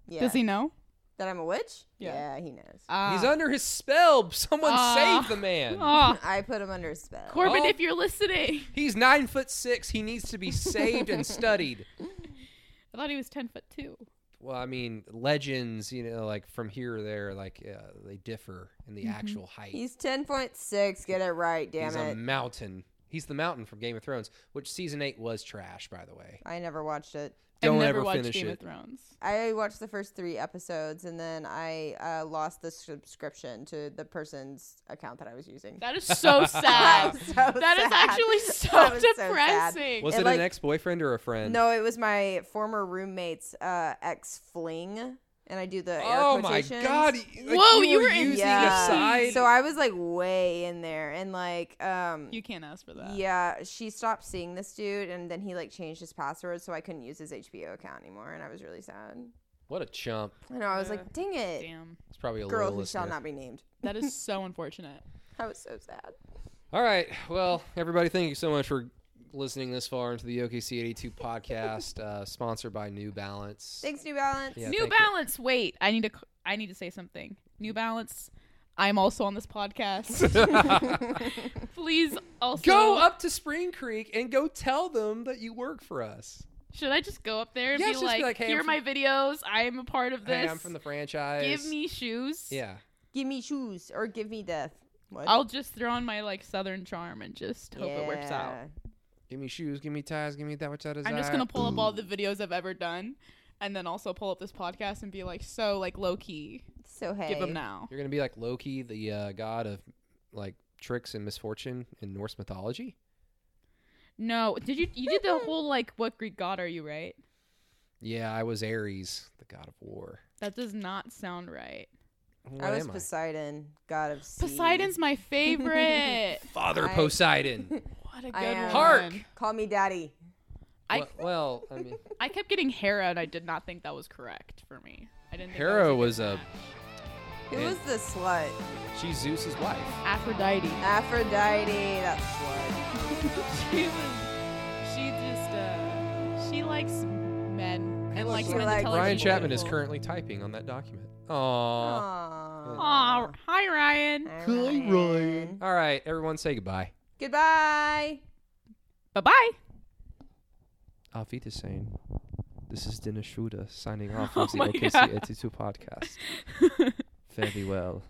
[SPEAKER 4] Yeah.
[SPEAKER 2] Does he know?
[SPEAKER 4] that I'm a witch?
[SPEAKER 2] Yeah.
[SPEAKER 4] he knows.
[SPEAKER 2] Uh,
[SPEAKER 3] He's under his spell. Someone
[SPEAKER 2] Ah.
[SPEAKER 3] save the man.
[SPEAKER 2] Aw,
[SPEAKER 4] I put him under a spell.
[SPEAKER 2] Corbin,
[SPEAKER 3] Oh.
[SPEAKER 2] if you're listening,
[SPEAKER 3] He's nine foot six. He needs to be saved and studied.
[SPEAKER 2] I thought he was ten foot two.
[SPEAKER 3] Well, I mean, legends, you know, like from here or there, like uh, they differ in the actual height.
[SPEAKER 4] Mm-hmm. He's 10.6. Get it right, damn
[SPEAKER 3] He's a
[SPEAKER 4] it.
[SPEAKER 3] mountain. He's the mountain from Game of Thrones, which season eight was trash, by the way.
[SPEAKER 4] I never watched it.
[SPEAKER 3] Don't
[SPEAKER 2] I've never
[SPEAKER 3] ever
[SPEAKER 2] watched
[SPEAKER 3] finish
[SPEAKER 2] Game
[SPEAKER 3] it.
[SPEAKER 2] of Thrones.
[SPEAKER 4] I watched the first three episodes and then I uh, lost the subscription to the person's account that I was using.
[SPEAKER 2] That is so sad.
[SPEAKER 4] That is so
[SPEAKER 2] That is
[SPEAKER 4] sad.
[SPEAKER 2] actually
[SPEAKER 4] That
[SPEAKER 2] so
[SPEAKER 4] was so sad.
[SPEAKER 2] depressing.
[SPEAKER 3] Was
[SPEAKER 4] It,
[SPEAKER 3] it,
[SPEAKER 4] like-
[SPEAKER 3] an ex boyfriend or a friend?
[SPEAKER 4] no, it was my former roommate's uh, ex fling, and I do the air
[SPEAKER 3] Oh my
[SPEAKER 4] quotations.
[SPEAKER 3] God! y- like,
[SPEAKER 2] Whoa, you
[SPEAKER 3] you
[SPEAKER 2] were
[SPEAKER 3] were
[SPEAKER 2] in-
[SPEAKER 3] using
[SPEAKER 4] Yeah.
[SPEAKER 3] a side.
[SPEAKER 4] So I was like way in there, and like um,
[SPEAKER 2] you can't ask for that.
[SPEAKER 4] Yeah, she stopped seeing this dude, and then he like changed his password, so I couldn't use his HBO account anymore, and I was really sad.
[SPEAKER 3] what a chump!
[SPEAKER 4] And I was
[SPEAKER 2] Ugh.
[SPEAKER 4] like, "Dang it,
[SPEAKER 2] Damn.
[SPEAKER 3] It's probably a
[SPEAKER 4] girl
[SPEAKER 3] little
[SPEAKER 4] who shall
[SPEAKER 3] listener.
[SPEAKER 4] not be named."
[SPEAKER 2] That is so unfortunate.
[SPEAKER 4] I was so sad.
[SPEAKER 3] All right. Well, everybody, thank you so much for listening this far into the OKC eighty two podcast, uh, sponsored by New Balance.
[SPEAKER 4] Thanks, New Balance.
[SPEAKER 3] Yeah,
[SPEAKER 2] New
[SPEAKER 3] thank you.
[SPEAKER 2] Balance. Wait, I need to. c- I need to say something. New Balance. I'm also on this podcast. Please also
[SPEAKER 3] Go up to Spring Creek and go tell them that you work for us.
[SPEAKER 2] Should I just go up there and
[SPEAKER 3] Yeah,
[SPEAKER 2] be,
[SPEAKER 3] just be
[SPEAKER 2] like,
[SPEAKER 3] like, "Hey, I'm
[SPEAKER 2] "Here are
[SPEAKER 3] from-
[SPEAKER 2] my videos. I am a part of this.
[SPEAKER 3] Hey, I'm from the franchise.
[SPEAKER 2] Give me shoes.
[SPEAKER 3] Yeah.
[SPEAKER 4] Give me shoes or give me death. What?
[SPEAKER 2] I'll just throw on my like southern charm and just hope it works out.
[SPEAKER 4] Yeah.
[SPEAKER 3] Give me shoes. Give me ties. Give me that which I desire.
[SPEAKER 2] I'm just gonna pull up all the videos I've ever done, and then also pull up this podcast and be like, so like low key,
[SPEAKER 4] So hey,
[SPEAKER 2] Give 'em give them now.
[SPEAKER 3] You're gonna be like Loki, the uh, god of like tricks and misfortune in Norse mythology.
[SPEAKER 2] No, did you you did the whole like what Greek god are you right?
[SPEAKER 3] Yeah, I was Ares, the god of war.
[SPEAKER 2] That does not sound right.
[SPEAKER 3] What
[SPEAKER 4] I was
[SPEAKER 3] am I?
[SPEAKER 4] Poseidon, god of sea.
[SPEAKER 2] Poseidon's my favorite.
[SPEAKER 3] Father
[SPEAKER 4] I-
[SPEAKER 3] Poseidon.
[SPEAKER 2] what a good
[SPEAKER 4] I am.
[SPEAKER 2] one.
[SPEAKER 3] Hark!
[SPEAKER 4] Call me daddy.
[SPEAKER 2] I-
[SPEAKER 3] Well- well, I mean,
[SPEAKER 2] I kept getting Hera, and I did not think that was correct for me. I didn't. Think that
[SPEAKER 3] Hera
[SPEAKER 2] was,
[SPEAKER 3] was a
[SPEAKER 4] Who
[SPEAKER 3] Yeah.
[SPEAKER 4] was the slut?
[SPEAKER 3] she's Zeus's wife.
[SPEAKER 2] a Aphrodite.
[SPEAKER 4] Aphrodite. That slut.
[SPEAKER 2] she was. She just. Uh, she likes men and likes
[SPEAKER 4] she
[SPEAKER 2] men to
[SPEAKER 4] likes-
[SPEAKER 2] tell her
[SPEAKER 3] Ryan
[SPEAKER 2] she's
[SPEAKER 3] Chapman is
[SPEAKER 2] beautiful.
[SPEAKER 3] currently typing on that document. Aww.
[SPEAKER 4] Aww.
[SPEAKER 2] Aw, hi Ryan.
[SPEAKER 4] Hi, Ryan.
[SPEAKER 3] All right, everyone, say goodbye.
[SPEAKER 4] Goodbye.
[SPEAKER 2] Bye bye.
[SPEAKER 3] Auf Wiedersehen. This is Dennis Schroeder signing off
[SPEAKER 2] Oh
[SPEAKER 3] from the
[SPEAKER 2] my
[SPEAKER 3] OKC
[SPEAKER 2] God.
[SPEAKER 3] 82 podcast. Very well.